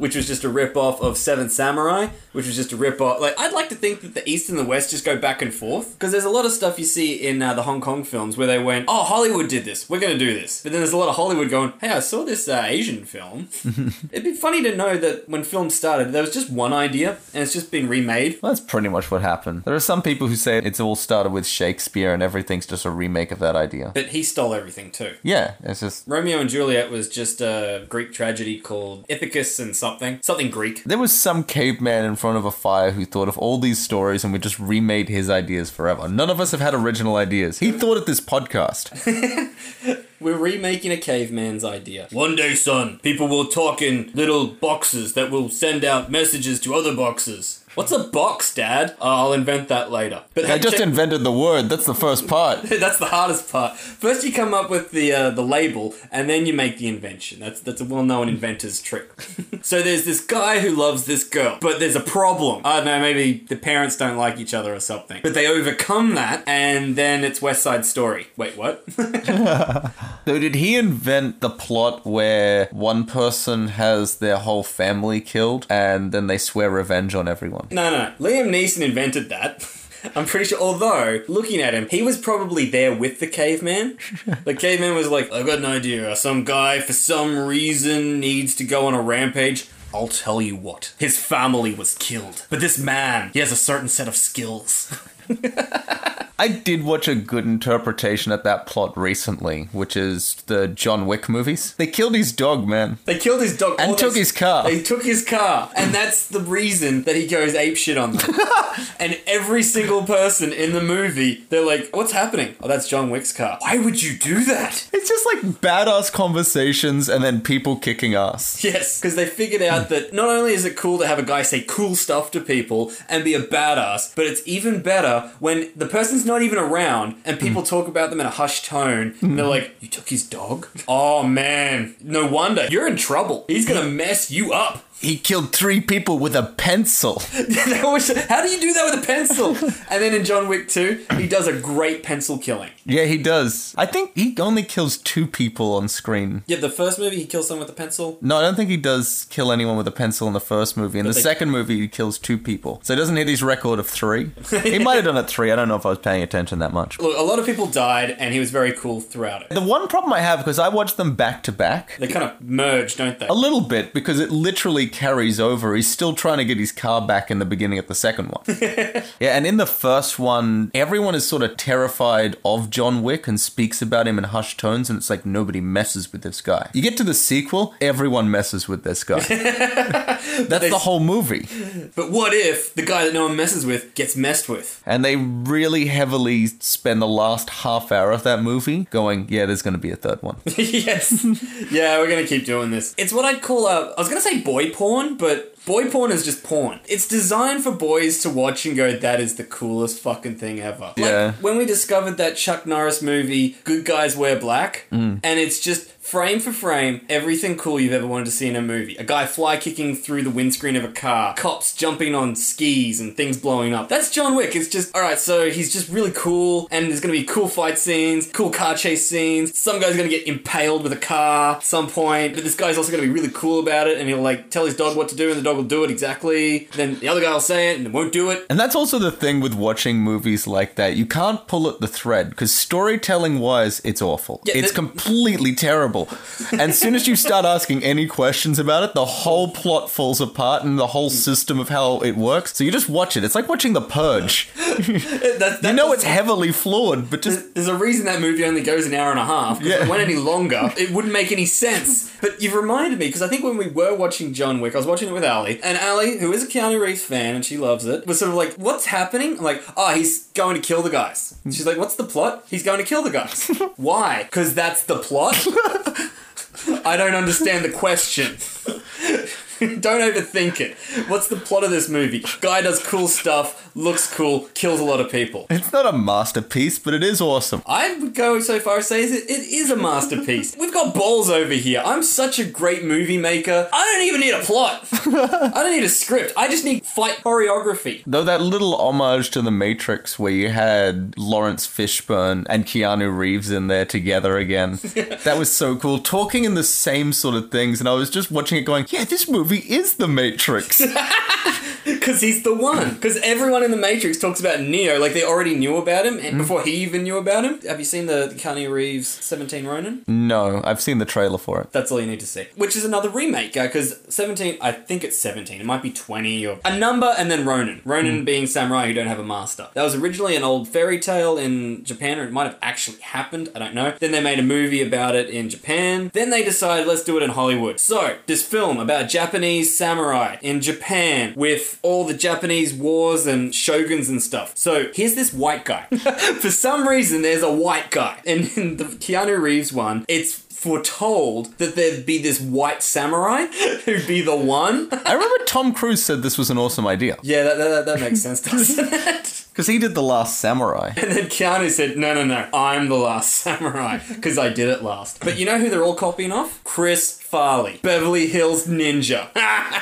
which was just a rip-off of Seven Samurai, which was just a rip-off. Like I'd like to think that the East and the West just go back and forth because there's a lot of stuff you see in uh, the Hong Kong films where they went, "Oh, Hollywood did this. We're going to do this." But then there's a lot of Hollywood going, "Hey, I saw this uh, Asian film." It'd be funny to know that when films started, there was just one idea and it's just been remade.
That's pretty much what happened. There are some people who say it's all started with Shakespeare and everything's just a remake of that idea.
But he stole everything too.
Yeah, it's just
Romeo and Juliet was just a Greek tragedy called Ithacus and something. Something Greek.
There was some caveman in front of a fire who thought of all these stories and we just remade his ideas forever. None of us have had original ideas. He thought of this podcast.
We're remaking a caveman's idea. One day, son, people will talk in little boxes that will send out messages to other boxes. What's a box, Dad? Oh, I'll invent that later. But
I just invented the word. That's the first part.
That's the hardest part. First, you come up with the uh, the label, and then you make the invention. That's that's a well known inventor's trick. so there's this guy who loves this girl, but there's a problem. I don't know, maybe the parents don't like each other or something. But they overcome that, and then it's West Side Story. Wait, what?
So did he invent the plot where one person has their whole family killed and then they swear revenge on everyone?
No, no, no. Liam Neeson invented that. I'm pretty sure. Although, looking at him, he was probably there with the caveman. the caveman was like, I've got an idea. Some guy, for some reason, needs to go on a rampage. I'll tell you what. His family was killed. But this man, he has a certain set of skills.
I did watch a good interpretation at that plot recently, which is the John Wick movies. They killed his dog, man.
They killed his dog.
And
All
took
they-
his car.
They took his car. And that's the reason that he goes apeshit on them. and every single person in the movie, they're like, what's happening? Oh, that's John Wick's car. Why would you do that?
It's just like badass conversations and then people kicking ass.
Yes, Hmm. because they figured out that not only is it cool to have a guy say cool stuff to people and be a badass, but it's even better when the person's not even around and people talk about them in a hushed tone. And they're like, "You took his dog? Oh man, no wonder you're in trouble. He's gonna mess you up."
He killed three people with a pencil.
That was- How do you do that with a pencil? and then in John Wick 2, he does a great pencil killing.
Yeah, he does. I think he only kills two people on screen.
Yeah, the first movie, he kills someone with a pencil.
No, I don't think he does kill anyone with a pencil in the first movie. In the
they-
second movie, he kills two people. So he doesn't hit his record of three. he might have done it three. I don't know if I was paying attention that much.
Look, a lot of people died, and he was very cool throughout it.
The one problem I have, because I watched them back to back,
They kind of merge, don't they?
a little bit, because it literally carries over. He's still trying to get his car back in the beginning of the second one. yeah, and in the first one, everyone is sort of terrified of John Wick and speaks about him in hushed tones, and it's like nobody messes with this guy. You get to the sequel, everyone messes with this guy. That's the whole movie.
But what if the guy that no one messes with gets messed with?
And they really heavily spend the last half hour of that movie going, yeah, there's going to be a third one.
yes. yeah, we're gonna keep doing this. It's what I'd call a. I was gonna say boy porn, but boy porn is just porn. It's designed for boys to watch and go, "That is the coolest fucking thing ever."
Yeah.
Like when we discovered that Chuck Norris movie, "Good Guys Wear Black,"
Mm.
and it's just. Frame for frame, everything cool you've ever wanted to see in a movie. A guy fly kicking through the windscreen of a car, cops jumping on skis and things blowing up. That's John Wick. It's just, alright, so he's just really cool, and there's gonna be cool fight scenes, cool car chase scenes. Some guy's gonna get impaled with a car at some point, but this guy's also gonna be really cool about it, and he'll like tell his dog what to do, and the dog will do it exactly. Then the other guy will say it and it won't do it.
And that's also the thing with watching movies like that. You can't pull at the thread because storytelling wise, it's awful.
Yeah,
it's
the-
completely terrible. and as soon as you start asking any questions about it, the whole plot falls apart and the whole system of how it works. So you just watch it. It's like watching The Purge.
That,
You
that
know
does-
it's heavily flawed, but just
There's a reason that movie only goes an hour and a half. 'cause
Yeah.
If it went any longer, it wouldn't make any sense. But you've reminded me because I think when we were watching John Wick, I was watching it with Ali, and Ali, who is a Keanu Reeves fan and she loves it, was sort of like, "What's happening?" I'm like, "Oh, he's going to kill the guys." She's like, "What's the plot?" He's going to kill the guys. Why? Because that's the plot. I don't understand the question. Don't overthink it. What's the plot of this movie? Guy does cool stuff, looks cool, kills a lot of people.
it's not a masterpiece, but it is awesome.
I would go so far as say is it, it is a masterpiece. We've got balls over here. I'm such a great movie maker. I don't even need a plot. I don't need a script. I just need fight choreography.
Though that little homage to The Matrix where you had Lawrence Fishburne and Keanu Reeves in there together again, that was so cool. Talking in the same sort of things, and I was just watching it going, yeah, this movie is The Matrix.
Because he's the one. Because everyone in the Matrix talks about Neo like they already knew about him and before he even knew about him. Have you seen the Keanu Reeves 17 Ronin?
no, I've seen the trailer for it.
That's all you need to see. Which is another remake, because 17, I think it's 17, it might be 20 or a number, and then Ronin. Ronin being samurai who don't have a master. That was originally an old fairy tale in Japan, or it might have actually happened, I don't know. Then they made a movie about it in Japan. Then they decided, let's do it in Hollywood. So, this film about Japanese samurai in Japan with all the Japanese wars and shoguns and stuff. So, here's this white guy. For some reason, there's a white guy. And in the Keanu Reeves one, it's foretold that there'd be this white samurai who'd be the one.
I remember Tom Cruise said this was an awesome idea
yeah, that, that, that makes sense, doesn't it?
because he did The Last Samurai.
And then Keanu said, No, no, no, I'm the last samurai because I did it last. But you know who they're all copying off? Chris Farley, Beverly Hills Ninja.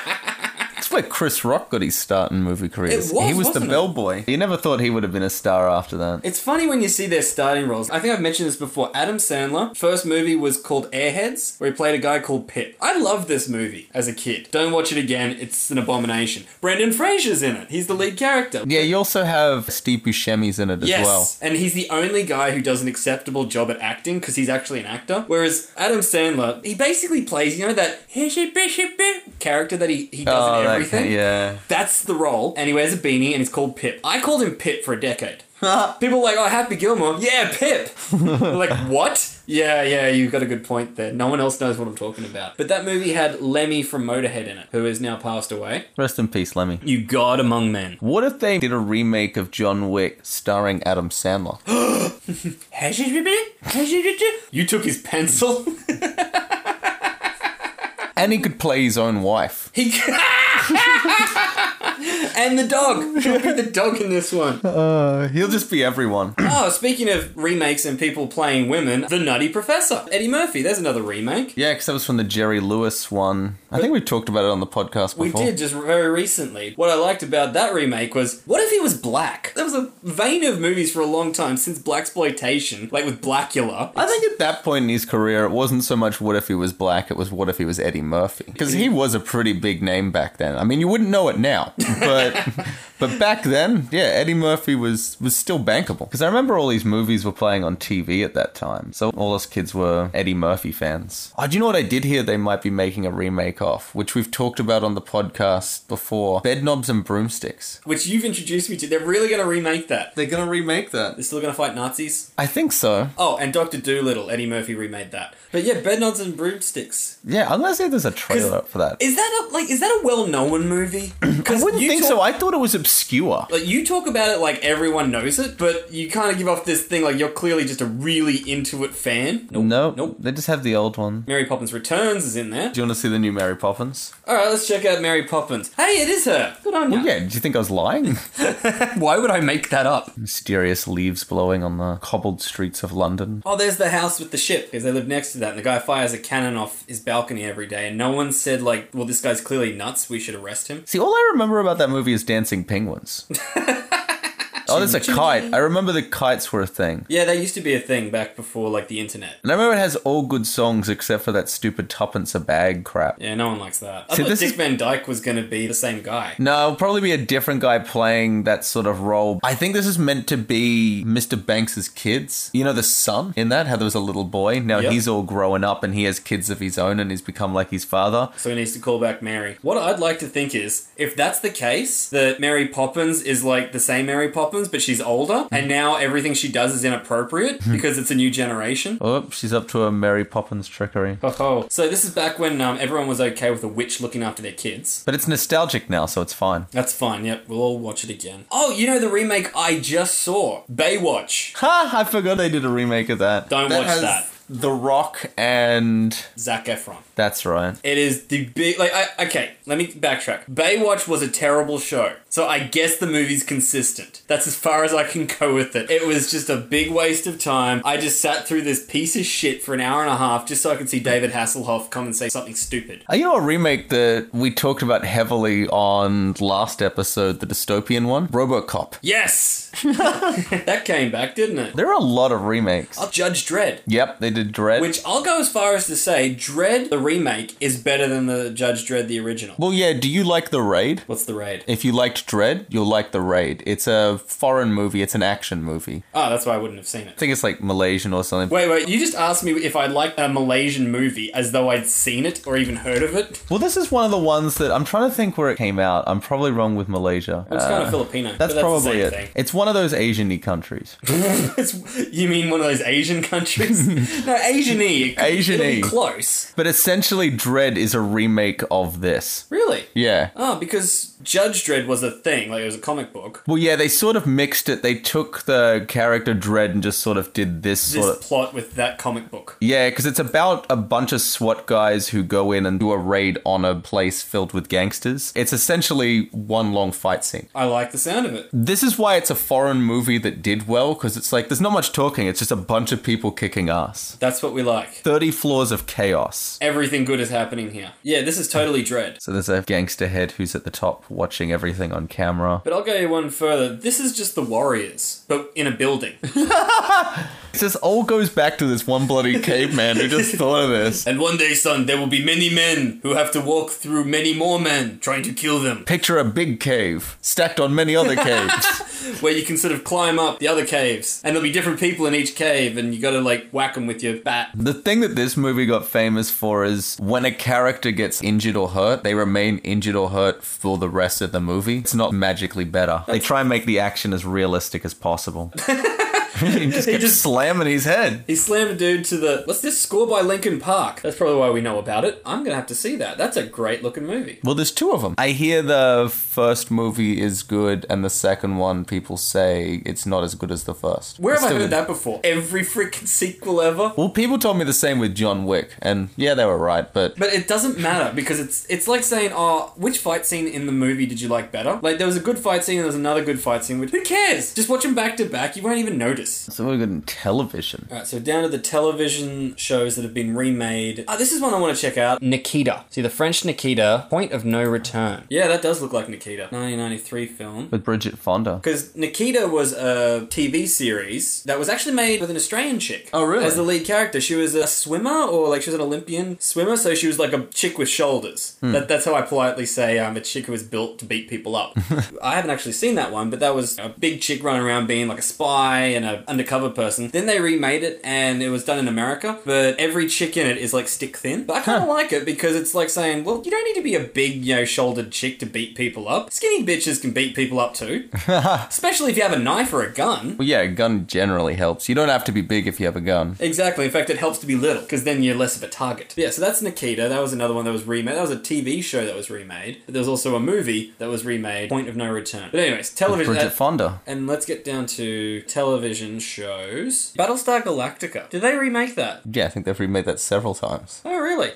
That's where Chris Rock got his start in movie careers.
It was,
he was
wasn't
the
it?
bellboy. You never thought he would have been a star after that.
It's funny when you see their starting roles. I think I've mentioned this before. Adam Sandler, first movie was called Airheads, where he played a guy called Pip. I loved this movie as a kid. Don't watch it again, it's an abomination. Brendan Fraser's in it, he's the lead character.
Yeah, you also have Steve Buscemi's in it as
Yes,
well.
and he's the only guy who does an acceptable job at acting because he's actually an actor. Whereas Adam Sandler, he basically plays, you know, that "Here's your bit, your bit" character that he, he does
Oh,
in
that
everything.
kind- yeah.
That's the role, and he wears a beanie, and he's called Pip. I called him Pip for a decade. People were like, oh, Happy Gilmore. Yeah, Pip. We're like, what? Yeah, yeah, you've got a good point there. No one else knows what I'm talking about. But that movie had Lemmy from Motorhead in it, who is now passed away.
Rest in peace, Lemmy.
You God Among Men.
What if they did a remake of John Wick starring Adam Sandler?
You took his pencil.
and he could play his own wife.
He. and the dog. He'll be the dog in this one.
He'll just be everyone.
Oh, speaking of remakes and people playing women, The Nutty Professor. Eddie Murphy, there's another remake.
yeah, because that was from the Jerry Lewis one. I think we talked about it on the podcast
We
before.
did just very recently. What I liked about that remake was what if he was black? There was a vein of movies for a long time since black exploitation, like with Blackula.
I think at that point in his career, it wasn't so much what if he was black, it was what if he was Eddie Murphy. Because he was a pretty big name back then. I mean, you wouldn't know it now, but but back then, yeah, Eddie Murphy was was still bankable. Because I remember all these movies were playing on TV at that time, so all us kids were Eddie Murphy fans. Oh, do you know what I did hear? They might be making a remake of, which we've talked about on the podcast before. Bedknobs and Broomsticks.
which you've introduced me to. They're really going to remake that.
They're gonna remake that.
They're still going to fight Nazis.
I think so.
Oh, and Doctor Doolittle. Eddie Murphy remade that. But yeah, Bedknobs and Broomsticks.
Yeah, I'm gonna say there's a trailer up for that.
Is that a like? Is that a well-known movie?
I
Because
wouldn't think so. I thought it was obscure.
Like you talk about it like everyone knows it, but you kind of give off this thing like you're clearly just a really into it fan. Nope.
Nope.
Nope.
They just have the old one.
Mary Poppins Returns is in there.
Do you want to see the new Mary Poppins?
All right, let's check out Mary Poppins. Hey, it is her. Good on you.
Yeah, did you think I was lying?
Why would I make that up?
Mysterious leaves blowing on the cobbled streets of London.
Oh, there's the house with the ship because they live next to that, and the guy fires a cannon off his balcony every day, and no one said like, "Well, this guy's clearly nuts. We should arrest him."
See, all I remember about that movie is dancing penguins. oh, there's a kite. I remember the kites were a thing.
Yeah, that used to be a thing back before like the internet.
And I remember it has all good songs except for that stupid tuppence a bag crap.
Yeah, no one likes that. I
See,
thought
this
Dick
is-
Van Dyke was going to be the same guy.
No, it'll probably be a different guy playing that sort of role. I think this is meant to be Mr. Banks's kids. You know, the son in that, how there was a little boy. Now
Yep.
he's all growing up and he has kids of his own and he's become like his father.
So he needs to call back Mary. What I'd like to think is, if that's the case, that Mary Poppins is like the same Mary Poppins, but she's older, and now everything she does is inappropriate
Hmm.
because it's a new generation.
Oh, she's up to a Mary Poppins trickery.
Oh. So this is back when um, everyone was okay with a witch looking after their kids.
But it's nostalgic now, so it's fine.
That's fine. Yep, we'll all watch it again. Oh, you know the remake I just saw, Baywatch.
Ha! I forgot they did a remake of that.
Don't watch that.
The Rock and.
Zac Efron.
That's right.
It is the big like. I, okay, let me backtrack. Baywatch was a terrible show, so I guess the movie's consistent. That's as far as I can go with it. It was just a big waste of time. I just sat through this piece of shit for an hour and a half just so I could see David Hasselhoff come and say something stupid.
Uh, You know, a remake that we talked about heavily on last episode, the dystopian one? Robocop.
Yes, that came back, didn't it?
There are a lot of remakes.
Oh, Judge Dredd.
Yep, they did Dread.
Which I'll go as far as to say, Dread the remake is better than the Judge Dread the original.
well, yeah. Do you like the Raid?
What's the raid?
If you liked Dread, you'll like the Raid. It's a foreign movie. It's an action movie.
Oh, that's why I wouldn't have seen
I
it.
think it's like Malaysian or something.
Wait, wait, you just asked me if I liked a Malaysian movie as though I'd seen it or even heard of it.
Well, this is one of the ones that I'm trying to think where it came out. I'm probably wrong with Malaysia.
It's
Uh,
kind of Filipino. but
that's, probably
the
it.
same
It's one of those Asian-y countries.
Thing. It's, you mean one of those Asian countries? No, Asian-y. It could-
Asian-y.
it'll be Close.
But essentially, Dread is a remake of this.
Really?
Yeah.
Oh, because Judge Dredd was a thing. Like, it was a comic book.
Well, yeah, they sort of mixed it. They took the character Dread and just sort of did this sort
This
of.
plot with that comic book.
Yeah, because it's about a bunch of SWAT guys who go in and do a raid on a place filled with gangsters. It's essentially one long fight scene.
I like the sound of it.
This is why it's a foreign movie that did well, because it's like there's not much talking, it's just a bunch of people kicking ass.
That's what we like.
30 Floors of Chaos.
Everything good is happening here. Yeah, this is totally Dread.
So there's a gangster head who's at the top watching everything on camera.
But I'll go one further. This is just the Warriors, but in a building.
It just all goes back to this one bloody caveman who just thought of this.
and one day, son, there will be many men who have to walk through many more men trying to kill them.
Picture a big cave stacked on many other caves.
Where you can sort of climb up the other caves. And there'll be different people in each cave, and you gotta like whack them with your bat.
The thing that this movie got famous for is when a character gets injured or hurt, they remain injured or hurt for the rest of the movie. It's not magically better. They try and make the action as realistic as possible. he just kept
just-
slamming his head.
He slammed a dude to the. What's this score by Lincoln Park? That's probably why we know about it. I'm gonna have to see that. That's a great looking movie.
Well, there's two of them. I hear the first movie is good, and the second one people say it's not as good as the first.
Where have
It's
I
still
heard
good.
that before? Every freaking sequel ever.
Well, people told me the same with John Wick, and yeah, they were right, but
But it doesn't matter because it's it's like saying, oh, which fight scene in the movie did you like better? Like there was a good fight scene and there was another good fight scene. Which who cares? Just watch them back to back. You won't even notice.
it's really good in television.
All right, so down to the television shows that have been remade. Ah, this is one I want to check out. Nikita. See the French Nikita. Point of No Return. Yeah, that does look like Nikita. 1993 film.
With Bridget Fonda.
Because Nikita was a TV series that was actually made with an Australian chick.
Oh, really?
As the lead character. She was a swimmer, or like she was an Olympian swimmer, so she was like a chick with shoulders.
Hmm.
That, that's how I politely say um, a chick who was built to beat people up. I haven't actually seen that one, but that was a big chick running around being like a spy and an undercover person. Then they remade it, and it was done in America, but every chick in it is like stick thin. But I kind of like it because it's like saying, well, you don't need to be a big, you know, shouldered chick to beat people up. Skinny bitches can beat people up too. Especially if you have a knife or a gun.
Well, yeah, a gun generally helps. You don't have to be big if you have a gun.
Exactly. In fact, it helps to be little because then you're less of a target. Yeah, so that's Nikita. That was another one that was remade. That was a TV show that was remade. But there was also a movie that was remade, Point of No Return. But, anyways, television. uh,
Bridget
that-
Fonda.
and let's get down to television shows. Battlestar Galactica. Did they remake that?
Yeah, I think they've remade that several times.
Oh, really?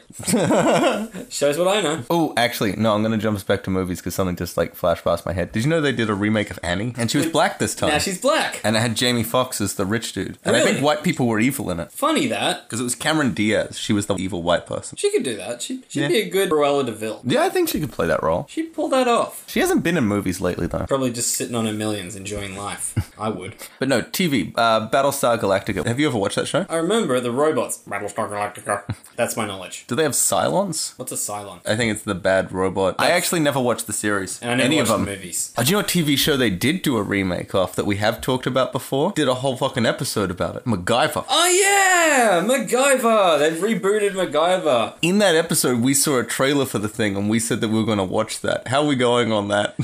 Shows what I know.
Oh, actually, no, I'm going to jump back to movies because something just like flashed past my head. Did you know they did a remake of Annie? And she was black this time.
Now she's black.
and it had Jamie Foxx as the rich dude. And I
Really?
think white people were evil in it.
Funny that.
Because it was Cameron Diaz. She was the evil white person.
She could do that. She'd, she'd
Yeah.
be a good Cruella DeVille.
Yeah, I think she could play that role.
She'd pull that off.
She hasn't been in movies lately, though.
Probably just sitting on her millions enjoying life. I would.
But no, TV, uh, Battlestar Galactica. Have you ever watched that show?
I remember the robots. Battlestar Galactica. That's my knowledge.
Do they have Cylons?
What's a Cylon?
I think it's the bad robot. I actually never watched the series.
And I never
Any of
watched
them.
the movies.
Oh, do you know a TV show they did do a remake of that we have talked about before? Did a whole fucking episode about it. MacGyver.
Oh yeah, MacGyver. They've rebooted MacGyver.
In that episode, we saw a trailer for the thing and we said that we were going to watch that. How are we going on that?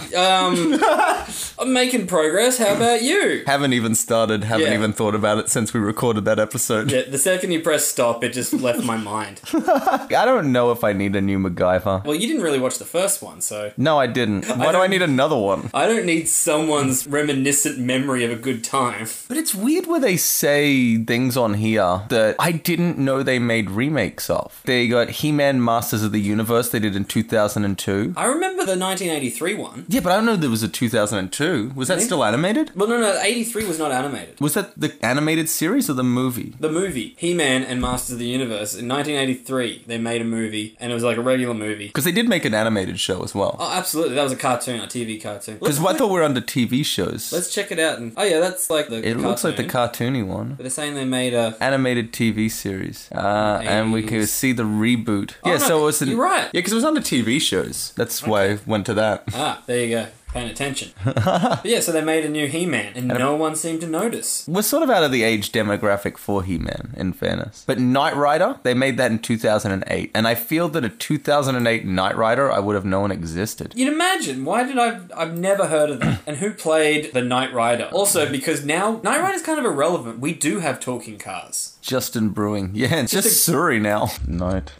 I'm making progress. How about you?
haven't even started, haven't
Yeah.
even thought about it since we recorded that episode.
Yeah, the second you press stop, it just left my mind.
I don't know if I need a new MacGyver.
Well, you didn't really watch the first one, so
No, I didn't. Why do I
don't-
need another one?
I don't need someone's reminiscent memory of a good time.
But it's weird where they say things on here that I didn't know they made remakes of. They got He Man Masters of the Universe, they did in 2002.
I remember the 1983 one.
Yeah, but I don't know there was a 2002. Was that
Really?
still animated?
Well, no, no, 83 was not animated.
Was that the animated series or the movie?
The movie He Man and Masters of the Universe in 1983, they made a movie, and it was like a regular movie.
Because they did make an animated show as well.
Oh, absolutely, that was a cartoon, a TV cartoon.
Because I thought we were under TV shows.
Let's check it out. And oh yeah, that's like the.
it looks like the
cartoon.
cartoony one.
But they're saying they made a.
Animated TV series, uh, and we can
80s.
see the reboot.
Oh,
yeah,
no,
so it was. An,
you're right.
Yeah, because it was under TV shows. That's why I went to that.
Ah, there you go. paying attention. but yeah, so they made a new He-Man, and no one seemed to notice.
We're sort of out of the age demographic for He Man, in fairness. But Knight Rider, they made that in 2008. And I feel that a 2008 Knight Rider, I would have known existed.
You'd imagine. Why did I? I've never heard of that. and who played the Knight Rider? Also, because now Knight Rider's kind of irrelevant. We do have talking cars.
Justin Brewing. Yeah, it's just,
a-
Surrey now. Knight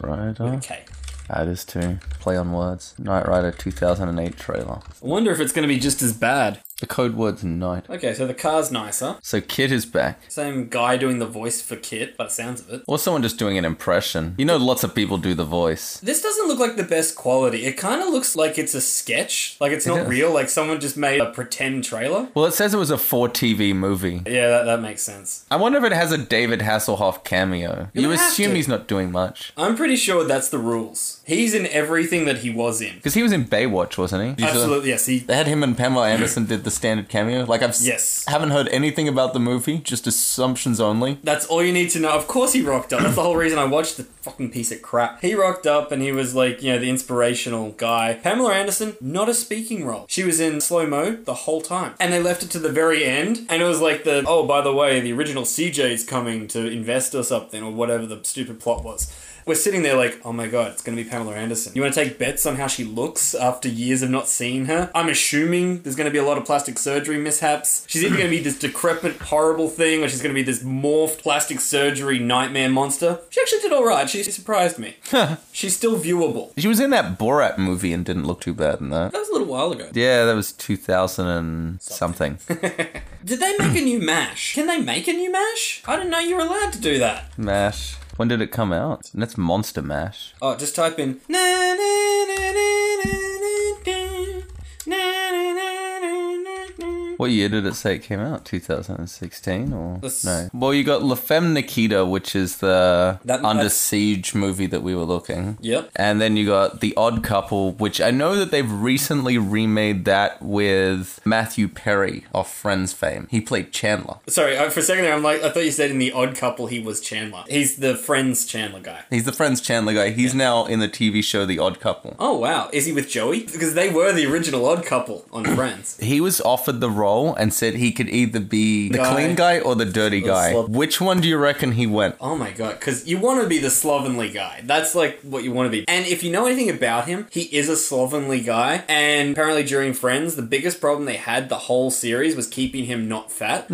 Rider.
Okay.
That is too. Play on words. Knight Rider 2008 trailer.
I wonder if it's going to be just as bad.
The code word's Knight.
Okay, so the car's nicer.
So Kid is back.
Same guy doing the voice for Kit, by the sounds of it.
Or someone just doing an impression. You know, lots of people do the voice.
This doesn't look like the best quality. It kind of looks like it's a sketch. Like it's
It
not
does.
real. Like someone just made a pretend trailer.
Well, it says it was a 4 TV movie.
Yeah, that, that makes sense.
I wonder if it has a David Hasselhoff cameo.
You
You,
don't have
assume
to.
he's not doing much.
I'm pretty sure that's the rules. He's in everything that he was in.
Because he was in Baywatch, wasn't he? You saw-
Absolutely, yes. He
They had him and Pamela Anderson did the standard cameo. Like I've s-
Yes.
haven't heard anything about the movie, just assumptions only.
That's all you need to know. Of course, he rocked up. That's the whole reason I watched the fucking piece of crap. He rocked up and he was like, you know, the inspirational guy. Pamela Anderson, not a speaking role. She was in slow mo the whole time. And they left it to the very end. And it was like the, oh, by the way, the original CJ's coming to invest or something or whatever the stupid plot was. We're sitting there like, oh my god, it's gonna be Pamela Anderson. You wanna take bets on how she looks after years of not seeing her? I'm assuming there's gonna be a lot of plastic surgery mishaps. She's either gonna be this decrepit, horrible thing, or she's gonna be this morphed plastic surgery nightmare monster. She actually did alright, she surprised me. she's still viewable.
She was in that Borat movie and didn't look too bad in that.
That was a little while ago.
Yeah, that was 2000 and something.
Did they make a new MASH? Can they make a new MASH? I didn't know you were allowed to do that.
Mash. When did it come out? And that's Monster Mash.
Oh, just type in.
What year did it say it came out? 2016 or
That's-
no? Well, you got La Femme Nikita, which is the
That-
Under
that's-
Siege movie that we were looking.
Yep.
And then you got The Odd Couple, which I know that they've recently remade that with Matthew Perry of Friends fame. He played Chandler.
Sorry, uh, for a second there, I'm like, I thought you said in the Odd Couple he was Chandler. He's the Friends Chandler guy.
He's the Friends Chandler guy. He's now in the TV show The Odd Couple.
Oh wow, is he with Joey? Because they were the original Odd Couple on Friends.
He was offered the role and said he could either be the
Guy.
clean guy or the dirty
the
guy.
slob.
Which one do you reckon he went?
Oh my god, because you want to be the slovenly guy. That's like what you want to be. And if you know anything about him, he is a slovenly guy. And apparently during Friends, the biggest problem they had the whole series was keeping him not fat.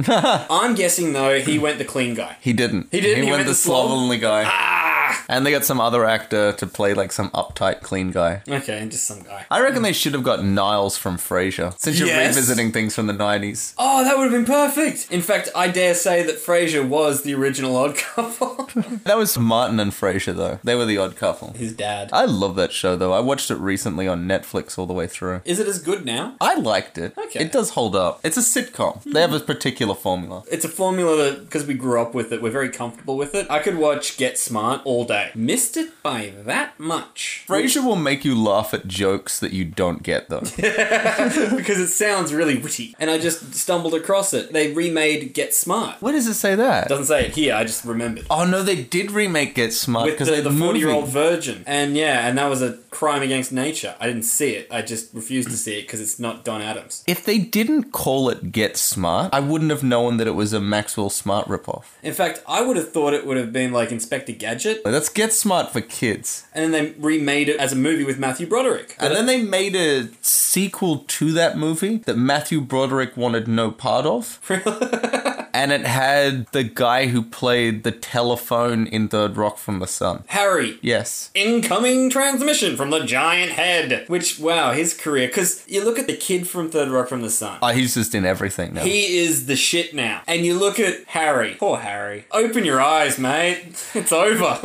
I'm guessing though he went the clean guy.
He didn't.
He didn't?
He,
He
went
went
the
the slob? Ah!
slovenly guy. And they got some other actor to play like some uptight clean guy.
Okay, and just some guy.
I reckon they should have got Niles from Frasier since you're
Yes.
revisiting things from the 90s.
Oh, that would have been perfect. In fact, I dare say that Frasier was the original Odd Couple.
That was Martin and Frasier though. They were the odd couple.
His dad.
I love that show though. I watched it recently on Netflix all the way through.
Is it as good now?
I liked it.
Okay.
It does hold up. It's a sitcom. They have a particular formula.
It's a formula that, because we grew up with it, we're very comfortable with it. I could watch Get Smart all day. Missed it by that much.
Frasier will make you laugh at jokes that you don't get though.
because it sounds really witty. And I just stumbled across it. They remade Get Smart.
Where does it say that?
Doesn't say it here, I just remembered.
Oh no, they did remake Get Smart
With
Oh, because
the,
they
the 40 year old virgin. And yeah, and that was a crime against nature. I didn't see it. I just refused to see it because it's not Don Adams.
If they didn't call it Get Smart, I wouldn't have known that it was a Maxwell Smart ripoff.
In fact, I would have thought it would have been like Inspector Gadget.
That's Get Smart for kids.
And then they remade it as a movie with Matthew Broderick.
And then they made a sequel to that movie that Matthew Broderick wanted no part of. and it had the guy who played the telephone in Third Rock from the Sun.
Harry,
Yes.
incoming transmission from the giant head. Which, wow, his career. Because you look at the kid from Third Rock from the Sun.
Oh, he's just in everything now.
he is the shit now. And you look at Harry. Poor Harry. Open your eyes, mate. It's over.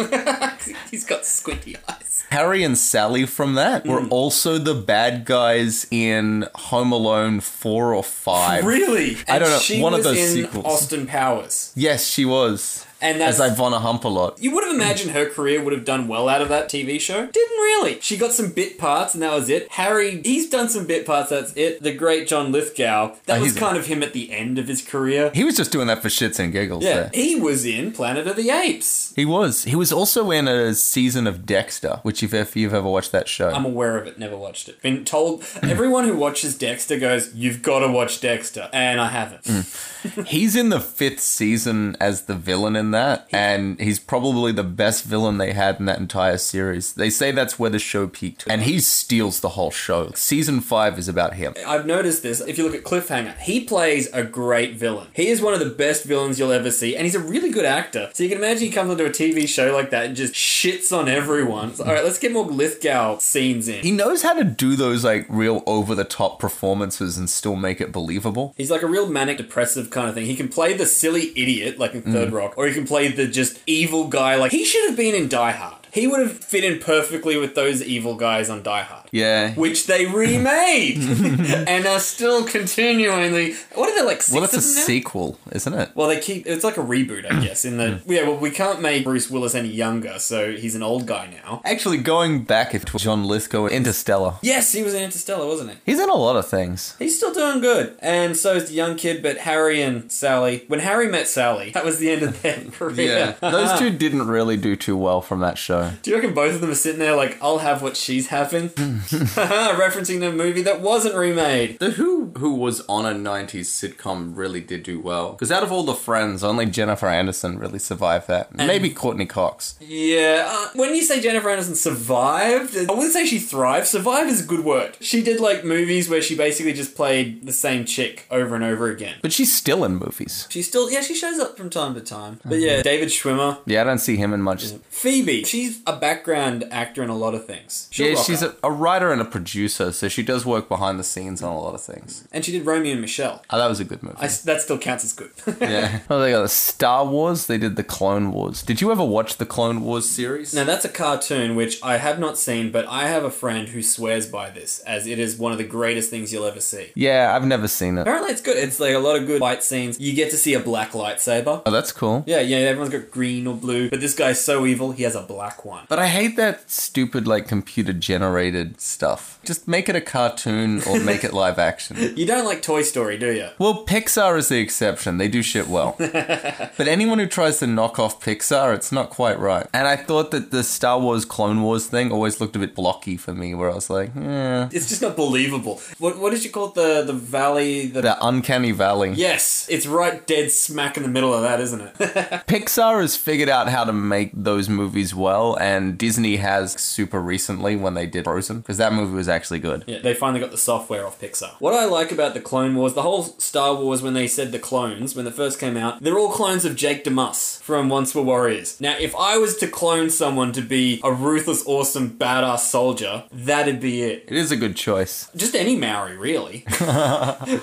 He's got squinty eyes.
Harry and Sally from that were
Hmm.
also the bad guys in Home Alone 4 or 5.
Really?
I don't
And
know,
She
one of
was
those
in
sequels.
Austin Powers.
Yes, she was.
And that's
as I von a hump a lot.
you would have imagined her career would have done well out of that TV show. Didn't really. She got some bit parts and that was it. Harry, he's done some bit parts, that's it. The great John Lithgow, that
Oh,
was
he's-
kind of him at the end of his career.
He was just doing that for shits and giggles.
Yeah,
there.
he was in Planet of the Apes.
He was. He was also in a season of Dexter, which if, if you've ever watched that show.
I'm aware of it, never watched it. Been told everyone who watches Dexter goes, You've gotta watch Dexter and I haven't.
he's in the fifth season as the villain in that, and he's probably the best villain they had in that entire series. They say that's where the show peaked, and he steals the whole show. Season five is about him.
I've noticed this. If you look at Cliffhanger, he plays a great villain. He is one of the best villains you'll ever see, and he's a really good actor. So you can imagine he comes onto a TV show like that and just shits on everyone. It's like, all right, let's get more Lithgow scenes in.
He knows how to do those like real over the top performances and still make it believable.
He's like a real manic depressive kind of thing. He can play the silly idiot like in Third Rock, or he can play the just evil guy like he should have been in Die Hard. He would have fit in perfectly with those evil guys on Die Hard.
Yeah.
Which they remade and are still continually. What are they like? Six
well, that's a
of them now?
sequel, isn't it?
Well, they keep it's like a reboot, I guess. In the yeah, well, we can't make Bruce Willis any younger, so he's an old guy now.
Actually, going back to John Lithgow, Interstellar.
Yes, he was in Interstellar, wasn't he?
He's in a lot of things.
He's still doing good, and so is the young kid. But Harry and Sally. When Harry met Sally, that was the end of their career.
Those two didn't really do too well from that show.
Do you reckon both of them are sitting there like, "I'll have what she's having," referencing the movie that wasn't remade?
The Who, who was on a 90s sitcom, really did do well. Because out of all the friends, only Jennifer Anderson really survived that. Maybe Courtney Cox.
Yeah. Uh, when you say Jennifer Aniston survived, I wouldn't say she thrived. Survive is a good word. She did like movies where she basically just played the same chick over and over again.
But she's still in movies.
She still, yeah, she shows up from time to time. But
Mm-hmm.
yeah, David Schwimmer,
Yeah, I don't see him in much.
Phoebe, she's a background actor in a lot of things. She'll
Yeah,
rock
she's
up.
a, a writer and a producer, so she does work behind the scenes on a lot of things.
and she did Romeo and Michelle.
Oh, that was a good movie.
I s that still counts as good.
yeah. Oh, they got the Star Wars. They did the Clone Wars. Did you ever watch the Clone Wars series?
Now that's a cartoon which I have not seen, but I have a friend who swears by this as it is one of the greatest things you'll ever see.
Yeah, I've never seen it.
Apparently, it's good. It's like a lot of good fight scenes. You get to see a black lightsaber.
Oh, that's cool.
Yeah, yeah, everyone's got green or blue, but this guy's so evil, he has a black one.
But I hate that stupid, like, computer generated stuff. Just make it a cartoon or make it live action.
You don't like Toy Story, do you?
Well, Pixar is the exception. They do shit well. but anyone who tries to knock off Pixar, it's not quite right. And I thought that the Star Wars Clone Wars thing always looked a bit blocky for me, where I was like, eh.
It's just not believable. What, what did you call it? The, the valley, the
The uh, Uncanny Valley.
Yes, it's right dead smack in the middle of that, isn't it?
Pixar has figured out how to make those movies well, and Disney has super recently when they did Frozen, because that movie was actually good.
yeah, they finally got the software off Pixar. What I like about the Clone Wars, the whole Star Wars when they said the clones, when they first came out, they're all clones of Jake DeMuss from Once Were Warriors. Now, if I was to clone someone to be a ruthless, awesome, badass soldier, that'd be it.
It is a good choice.
Just any Maori, really.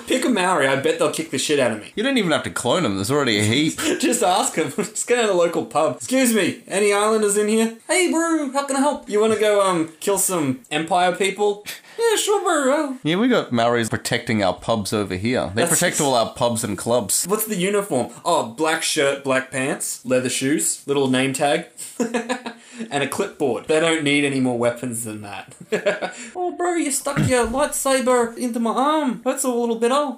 Pick a Maori, I bet they'll kick the shit out of me.
You don't even have to clone them, there's already a heap.
Just ask them. Just go down to the local pub. Excuse me, any islanders in here? Hey, brew, how can I help? You want to go um kill some empire people? Yeah, sure, brew. Oh.
Yeah, we got Maoris protecting our pubs over here. They
That's-
protect all our pubs and clubs.
What's the uniform? Oh, black shirt, black pants, leather shoes, little name tag, and a clipboard. They don't need any more weapons than that. oh, bro, you stuck your lightsaber into my arm. That's a little bit old.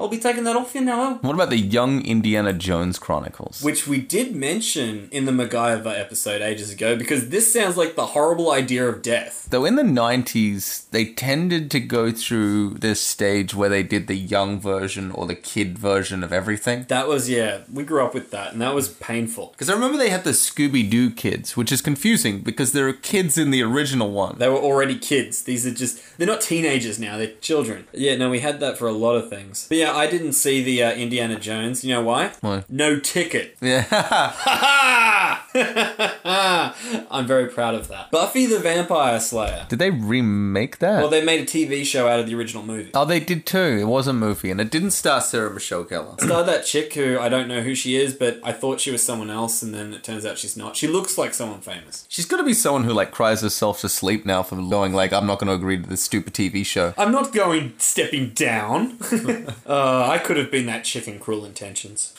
I'll be taking that off you now.
What about the Young Indiana Jones Chronicles?
Which we did mention in the MacGyver episode ages ago because this sounds like the horrible idea of death.
Though in the 90s, they tended to go through this stage where they did the young version or the kid version of everything.
That was, yeah, we grew up with that, and that was painful.
Because I remember they had the Scooby Doo kids, which is confusing because there are kids in the original one.
They were already kids. These are just, they're not teenagers now, they're children. Yeah, no, we had that for a lot of things. But yeah, I didn't see the uh, Indiana Jones. You know why?
Why?
No ticket.
Yeah.
I'm very proud of that. Buffy the Vampire Slayer.
did they remake that?
Well, they made a TV show out of the original movie.
oh, they did too. It was a movie, and it didn't star Sarah Michelle Gellar.
Started that chick who I don't know who she is, but I thought she was someone else, and then it turns out she's not. She looks like someone famous.
She's got to be someone who like cries herself to sleep now for going like I'm not going to agree to this stupid TV show.
I'm not going stepping down. uh, I could have been that chick in Cruel Intentions.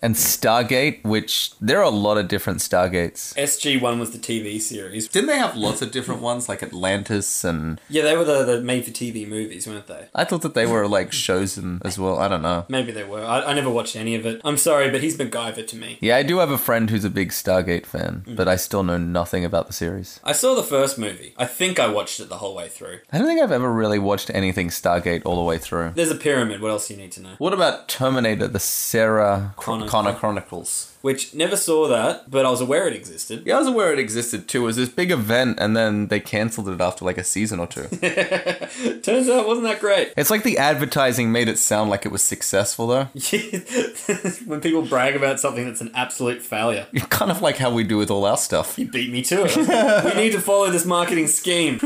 and Stargate, which there are a lot of different Stargates.
SG1 was the TV series.
Didn't they have lots of different ones like Atlantis and
Yeah, they were the, the made for TV movies, weren't they?
I thought that they were like Chosen as well. I don't know.
Maybe they were. I, I never watched any of it. I'm sorry, but he's MacGyver to me.
Yeah, I do have a friend who's a big Stargate fan, but I still know nothing about the series.
I saw the first movie. I think I watched it the whole way through.
I don't think I've ever really watched anything Stargate all the way through.
There's a pyramid. What else do you need to know?
What about Terminator: The Sarah
Connor-
Chron- Connor Chronicles?
Which never saw that, but I was aware it existed.
Yeah, I was aware it existed too. It was this big event, and then they cancelled it after like a season or two.
Turns out it wasn't that great.
it's like the advertising made it sound like it was successful, though.
when people brag about something that's an absolute failure,
kind of like how we do with all our stuff.
you beat me to it. we need to follow this marketing scheme.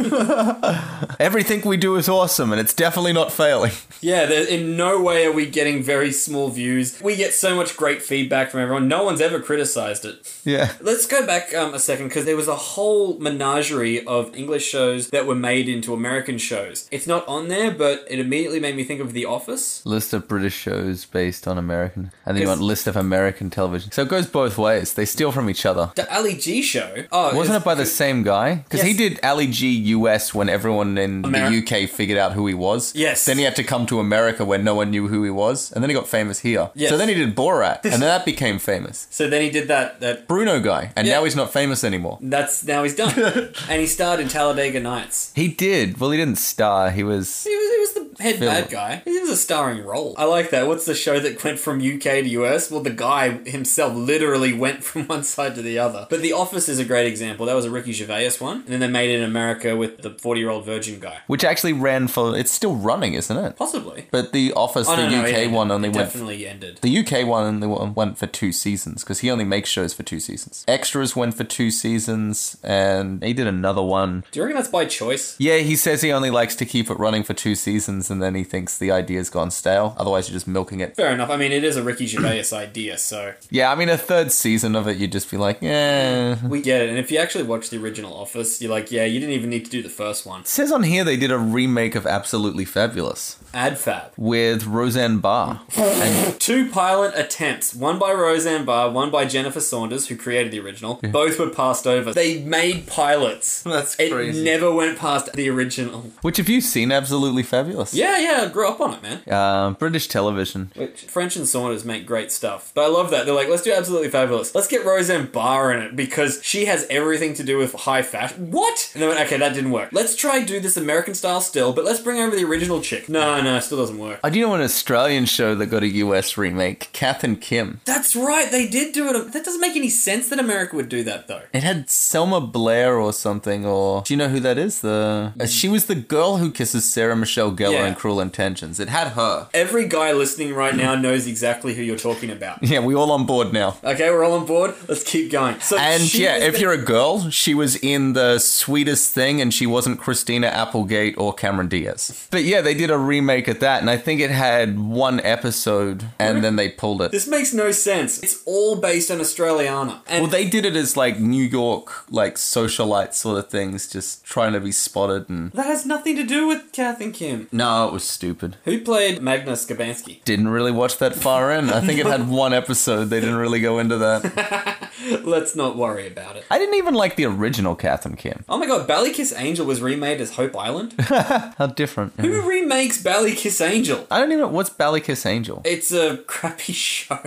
Everything we do is awesome, and it's definitely not failing.
Yeah, there- in no way are we getting very small views. We get so much great feedback from everyone. No one's ever criticized it.
yeah.
Let's go back um, a second because there was a whole menagerie of English shows that were made into American shows. It's not on there, but it immediately made me think of The Office.
List of British shows based on American, and then you
It's-
want list of American television. So it goes both ways. They steal from each other.
The Ali G show. Oh,
Wasn't
it's-
it by the same guy? Because he
Yes.
did Ali G US when everyone in
Ameri-
the UK figured out who he was.
Yes.
Then he had to come to America where no one knew who he was, and then he got famous here.
Yes.
So then he did Borat, and then that became famous.
So then he did that. That
Bruno guy, and
Yeah.
now he's not famous anymore.
that's now he's done, and he starred in Talladega Nights.
He did. Well, he didn't star. He was.
He was, he was the head
Film.
bad guy. It was a starring role. I like that. What's the show that went from UK to US? Well, the guy himself literally went from one side to the other. But The Office is a great example. That was a Ricky Gervais one, and then they made it in America with the forty-year-old virgin guy.
Which actually ran for. It's still running, isn't it?
Possibly.
But the Office,
Oh,
the
no, no,
UK
it-
one,
it
only went.
definitely ended.
The UK one only w- went for two seasons because he only makes shows for two seasons. Extras went for two seasons, and he did another one
Do you reckon that's by choice?
Yeah, he says he only likes to keep it running for two seasons and then he thinks the idea's gone stale. Otherwise, you're just milking it.
Fair enough. I mean, it is a Ricky Gervais idea, so
Yeah, I mean, a third season of it, you'd just be like, yeah. It
we get it. And if you actually watch the original Office, you're like, yeah, you didn't even need to do the first one.
says on here they did a remake of Absolutely Fabulous
Ad fab.
with Roseanne Barr. and
Two pilot attempts, one by Roseanne Barr, one by Jennifer Saunders, who created the original. Both were passed over. They made pilots.
That's
it
crazy.
never went past the original.
Which have you seen Absolutely Fabulous?
Yeah, yeah, I grew up on it, man.
Uh, British television.
French and Saunders make great stuff. But I love that. They're like, let's do absolutely fabulous. Let's get Roseanne Barr in it because she has everything to do with high fashion. What? And they went, okay, that didn't work. Let's try do this American style still, but let's bring over the original chick. No, no, it still doesn't work.
I do know an Australian show that got a US remake, Kath and Kim.
That's right, they did do it. That doesn't make any sense that America would do that though.
It had Selma Blair or something, or do you know who that is? The uh, she was the girl who kisses Sarah Michelle Gellar
Yeah.
in Cruel Intentions. It had her.
Every guy listening right now knows exactly who you're talking about.
Yeah, we all on board now.
Okay, we're all on board. Let's keep going. So
And
she
yeah,
was
if
the-
you're a girl, she was in the sweetest thing, and she wasn't Christina Applegate or Cameron Diaz. But yeah, they did a remake of that, and I think it had one episode, and then they pulled it.
this makes no sense. It's all based on Australiana. And
Well, they did it as like New York, like socialite sort of things, just trying to be spotted. And
that has nothing to do with Kath and Kim.
no, it was stupid.
Who played Magnus Skabansky?
Didn't really watch that far in. I think it had one episode. They didn't really go into that.
Let's not worry about it.
I didn't even like the original Kath and Kim.
Oh my god, Ballykiss Angel was remade as Hope Island?
How different.
Who remakes Ballykiss Angel?
I don't even. know What's Ballykiss Angel?
It's a crappy show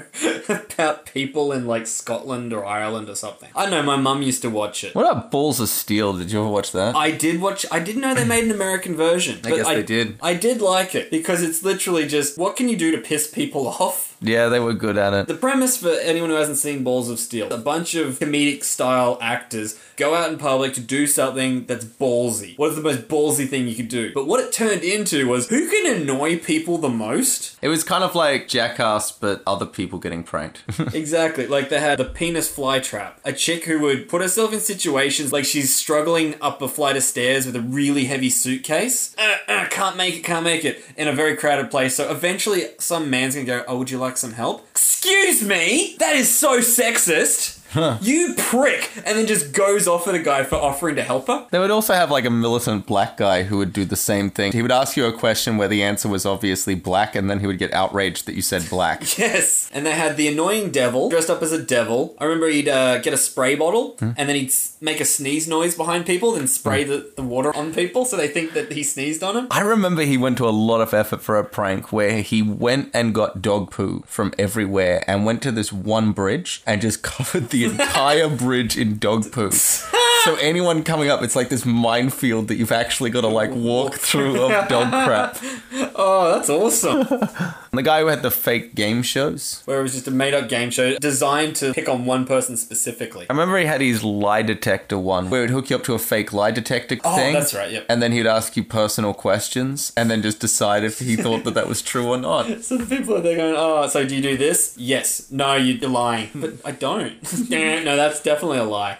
about people in like Scotland or Ireland or something. I know my mum used to watch it.
What about Balls of Steel? Did you ever watch that?
I did watch. I didn't know they made an American version.
I
but
guess they did.
I did like it because it's literally just what can you do to piss people off.
Yeah, they were good at
The
it.
premise for anyone who hasn't seen Balls of Steel: a bunch of comedic style actors go out in public to do something that's ballsy. What is the most ballsy thing you could do? But what it turned into was who can annoy people the most.
It was kind of like Jackass, but other people getting pranked.
Exactly. Like they had the penis fly trap, a chick who would put herself in situations like she's struggling up a flight of stairs with a really heavy suitcase. Uh, uh, can't make it, can't make it in a very crowded place. So eventually, some man's gonna go, "Oh, would you like some help?" Excuse me. That is so sexist. You prick! And then just goes off at a guy for offering to help her.
They would also have like a militant black guy who would do the same thing. He would ask you a question where the answer was obviously black, and then he would get outraged that you said black.
Yes. And they had the annoying devil dressed up as a devil. I remember he'd uh, get a spray bottle and then he'd s- make a sneeze noise behind people, then spray the, the water on people so they think that he sneezed on him.
I remember he went to a lot of effort for a prank where he went and got dog poo from everywhere and went to this one bridge and just covered the entire bridge in dog poo. So anyone coming up, it's like this minefield that you've actually got to like walk through of dog crap.
Oh, that's awesome.
And the guy who had the fake game shows.
Where it was just a made up game show designed to pick on one person specifically.
I remember he had his lie detector one where it would hook you up to a fake lie detector
Oh,
thing.
that's right, yep.
And then he'd ask you personal questions and then just decide if he thought that that was true or not.
So the people are there going, oh, so do you do this? Yes. No, you- you're lying. But I don't. no, that's definitely a lie.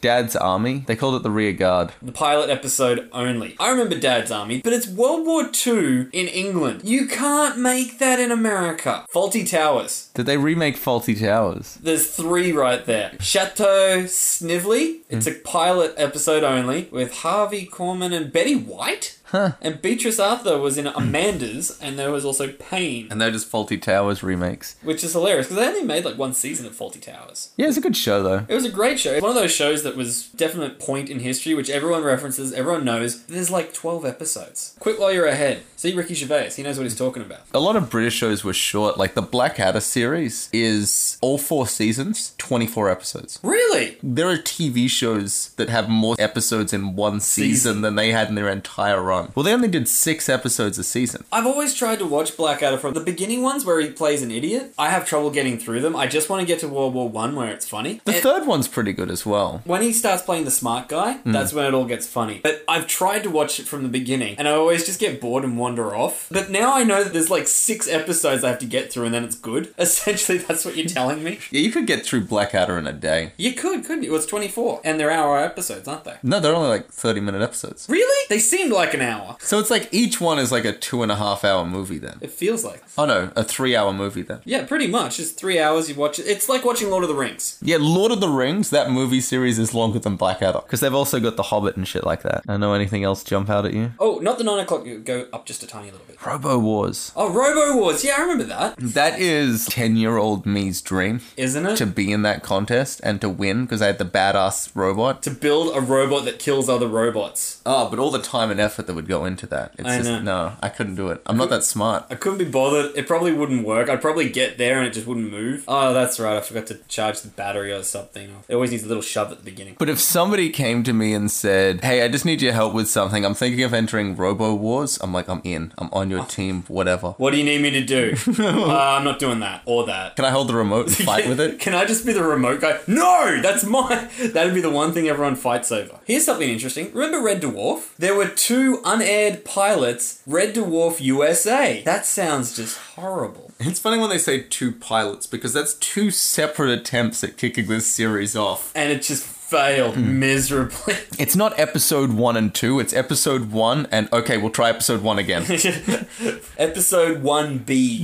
Dad's army. They called it the rear guard.
the pilot episode only. I remember Dad's Army, but it's World War II in England. You can't make that in America. Faulty Towers.
Did they remake Faulty Towers?
There's three right there. Chateau Snively. It's a pilot episode only with Harvey Corman and Betty White. Huh. And Beatrice Arthur was in Amanda's, and there was also Pain,
And they're just Faulty Towers remakes.
which is hilarious because they only made like one season of Faulty Towers.
Yeah, it's a good show though.
It was a great show. It's one of those shows that was definite point in history, which everyone references, everyone knows. There's like 12 episodes. Quit while you're ahead. See Ricky Gervais. He knows what he's talking about.
A lot of British shows were short, like the Blackadder series is all four seasons, 24 episodes.
Really?
There are TV shows that have more episodes in one season,
Season.
than they had in their entire run. Well, they only did six episodes a season.
I've always tried to watch Blackadder from the beginning ones where he plays an idiot. I have trouble getting through them. I just want to get to World War One where it's funny.
The
And-
third Hmm. one's pretty good as well.
when he starts playing the smart guy, that's when it all gets funny. But I've tried to watch it from the beginning, and I always just get bored and wander off. But now I know that there's like six episodes I have to get through, and then it's good. Essentially, that's what you're telling me.
Yeah, you could get through Blackadder in a day.
You could, couldn't you? Well, it's 24. And they're hour episodes, aren't they?
No, they're only like 30 minute episodes.
Really? They seemed like an hour.
So it's like each one is like a two and a half hour movie then.
It feels like.
Oh no, a three hour movie then.
Yeah, pretty much. It's three hours you watch it. It's like watching Lord of the Rings.
Yeah, Lord of the Rings, that movie series is longer than Blackadder. Because they've also got The Hobbit and shit like that. I know anything else jump out at you?
Oh, not the nine o'clock. You Go up just a tiny little bit.
Robo Wars.
Oh, Robo Wars. Yeah, I remember that.
That is 10 year old me's dream
Isn't it?
to
To,
be in that contest and to win because I had the badass robot.
build a robot that kills other robots.
Oh, but all the time and effort that would go into that. It's
I
just,
know.
no, I couldn't do it. I'm not that smart.
I couldn't be bothered. It probably wouldn't work. I'd probably get there and it just wouldn't move. Oh, that's right. I forgot to charge the battery or something. It always needs a little shove at the beginning.
But if somebody came to me and said, "Hey, I just need your help with something. I'm thinking of entering Robo Wars." I'm like, "I'm in. I'm on your team. Whatever.
What do you need me to do? uh, I'm not doing that or that.
Can I hold the remote and fight with it?"
Can I just be the remote guy? No, that's mine. That'd be the one thing everyone fights over. Here's something interesting. Remember Red Dwarf? There were two unaired pilots, Red Dwarf USA. That sounds just horrible.
It's funny when they say two pilots because that's two separate attempts at kicking this series off.
And it just failed
Hmm.
miserably.
It's not episode one and two. It's episode one and okay, we'll try episode one again.
Episode 1B.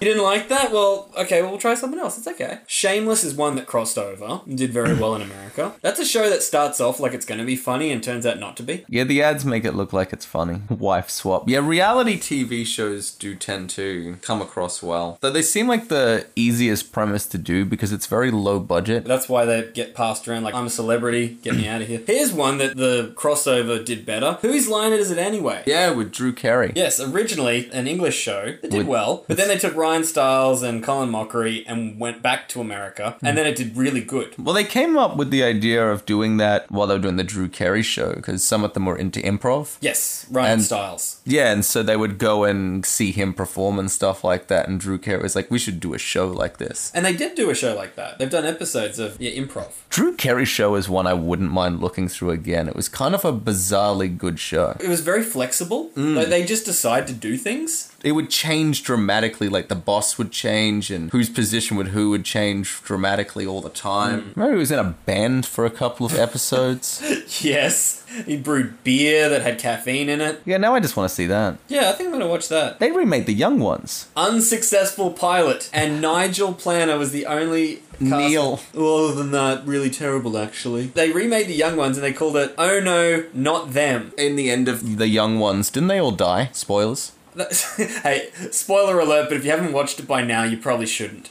you didn't like that? Well, okay, well, we'll try something else. It's okay. Shameless is one that crossed over and did very well in America. That's a show that starts off like it's going to be funny and turns out not to be.
yeah, the ads make it look like it's funny. Wife swap. Yeah, reality TV shows do tend to come across well. Though they seem like the easiest premise to do because it's very low budget.
That's why they get passed around like I'm a celebrity, get me out of here. Here's one that the crossover did better. Whose line is it anyway?
Yeah, with Drew Carey.
Yes, originally an English show that did
Would-
well, but then they took Ryan Stiles and Colin Mockery and went back to America, and then it did really good.
Well, they came up with the idea of doing that while they were doing the Drew Carey show because some of them were into improv.
Yes, Ryan
And-
Stiles.
Yeah, and so they would go and see him perform and stuff like that. And Drew Carey was like, "We should do a show like this."
And they did do a show like that. They've done episodes of yeah, improv.
Drew Carey show is one I wouldn't mind looking through again. It was kind of a bizarrely good show. Mm.
It was very flexible. Like they just decide to do things.
it would change dramatically. Like the boss would change, and whose position would who would change dramatically all the time. Remember, he was in a band for a couple of episodes.
Yes, he brewed beer that had caffeine in it.
yeah, now I just want to see that.
Yeah, I think I'm gonna watch that.
They remade the young ones.
Unsuccessful pilot, and Nigel Planner was the only. Cast
Neil.
Other than that, really terrible, actually. They remade the young ones and they called it Oh No, Not Them.
In the end of the young ones, didn't they all die? Spoilers.
hey, spoiler alert! But if you haven't watched it by now, you probably shouldn't.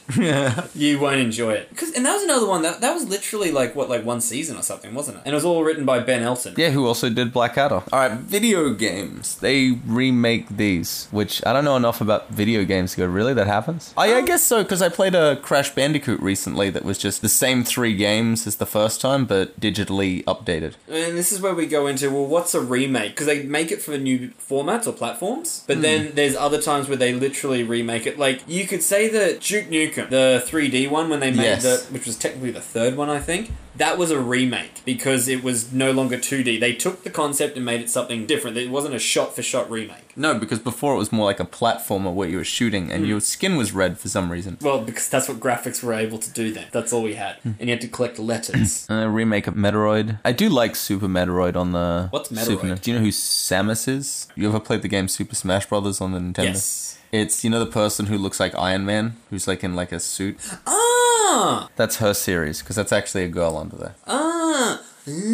you won't enjoy it. 'Cause- and that was another one that that was literally like what like one season or something, wasn't it? And it was all written by Ben Elton.
Yeah, who also did Blackadder. All right, video games. They remake these, which I don't know enough about video games to go, really? That happens? I, I guess so, because I played a Crash Bandicoot recently that was just the same three games as the first time, but digitally updated.
And this is where we go into well, what's a remake? Because they make it for new formats or platforms, but then there's other times where they literally remake it. Like you could say that Duke Nukem, the 3D one, when they made
Yes.
the, which was technically the third one, I think. That was a remake because it was no longer 2D. They took the concept and made it something different. It wasn't a shot for shot remake.
No, because before it was more like a platformer where you were shooting and your skin was red for some reason.
Well, because that's what graphics were able to do then. That's all we had. And you had to collect letters.
And a Uh, remake of Metroid. I do like Super Metroid on the.
What's Metroid?
Super, do you know who Samus is? You ever played the game Super Smash Brothers on the Nintendo?
yes.
It's you know the person who looks like Iron Man, who's like in like a suit.
Ah!
That's her series because that's actually a girl under there.
Ah!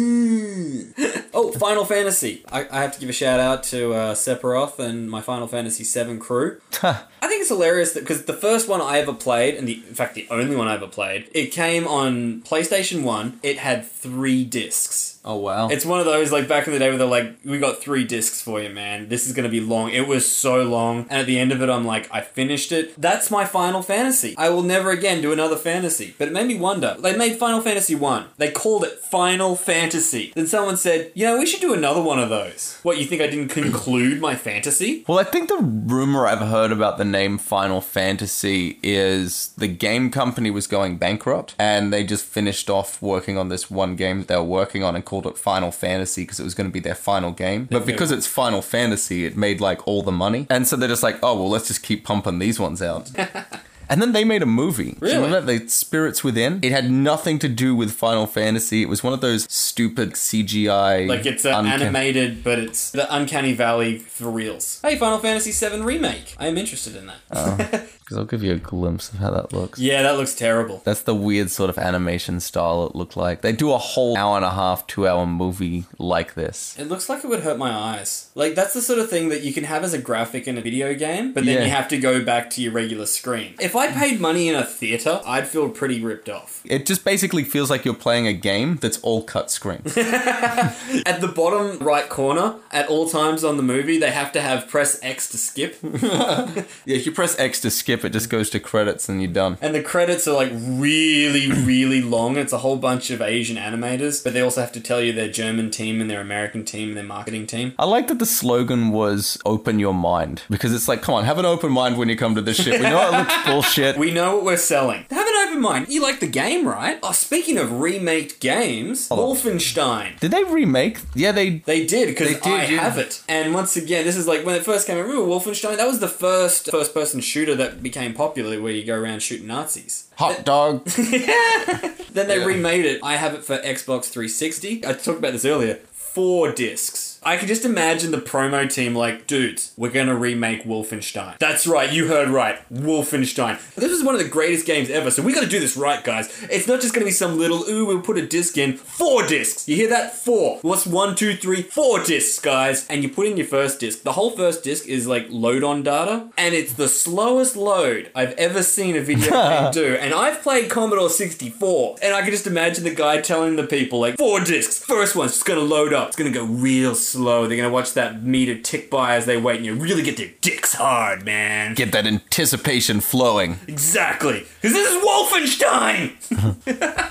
Mm. oh, Final Fantasy. I, I have to give a shout out to uh, Sephiroth and my Final Fantasy VII crew. I think it's hilarious that because the first one I ever played, and the, in fact the only one I ever played, it came on PlayStation 1. It had three discs.
Oh wow!
It's one of those like back in the day where they're like, "We got three discs for you, man. This is gonna be long." It was so long, and at the end of it, I'm like, "I finished it. That's my Final Fantasy. I will never again do another fantasy." But it made me wonder. They made Final Fantasy One. They called it Final Fantasy. Then someone said, "You know, we should do another one of those." What you think? I didn't conclude my fantasy.
well, I think the rumor I've heard about the name Final Fantasy is the game company was going bankrupt and they just finished off working on this one game that they were working on and called it Final Fantasy because it was going to be their final game. But because it's Final Fantasy, it made like all the money. And so they're just like, oh, well, let's just keep pumping these ones out. And then they made a movie. Do you
Really?
remember that? The Spirits Within. It had nothing to do with Final Fantasy. It was one of those stupid CGI.
Like it's uh,
uncan-
animated, but it's the Uncanny Valley for reals. Hey, Final Fantasy VII remake. I am interested in that.
'Cause I'll give you a glimpse of how that looks.
yeah, that looks terrible.
That's the weird sort of animation style it looked like. They do a whole hour and a half, two hour movie like this.
It looks like it would hurt my eyes. Like that's the sort of thing that you can have as a graphic in a video game, but then
Yeah.
you have to go back to your regular screen. If I paid money in a theater, I'd feel pretty ripped off.
It just basically feels like you're playing a game that's all cut screen.
At the bottom right corner, at all times on the movie, they have to have press X to skip,
yeah, if you press X to skip, it just goes to credits and you're done.
and the credits are like really, really long. It's a whole bunch of Asian animators, but they also have to tell you their German team and their American team and their marketing team.
I like that the slogan was open your mind because it's like, come on, have an open mind when you come to this shit. We know it looks bullshit.
We know what we're selling. Have an open mind. You like the game, right? Oh, speaking of remaked games,
Hold
Wolfenstein.
Did they remake? Yeah, they.
They did
They
because
did,
I
yeah.
have it. And once again, this is like when it first came. out. Remember Wolfenstein? That was the first first-person shooter that became popular, where you go around shooting Nazis.
Hot dog.
Then they
Yeah.
remade it. I have it for Xbox 360. I talked about this earlier. Four discs. I can just imagine the promo team like, dudes, we're gonna remake Wolfenstein. That's right, you heard right, Wolfenstein. This is one of the greatest games ever, so we gotta do this right, guys. It's not just gonna be some little, ooh, we'll put a disc in. Four discs! You hear that? Four. What's one, two, three, four discs, guys? And you put in your first disc. The whole first disc is like load on data, and it's the slowest load I've ever seen a video game do. And I've played Commodore 64, and I can just imagine the guy telling the people, like, four discs, first one's just gonna load up, it's gonna go real slow. They're gonna watch that meter tick by as they wait, and you really get their dicks hard, man.
Get that anticipation flowing.
Exactly. Because this is Wolfenstein!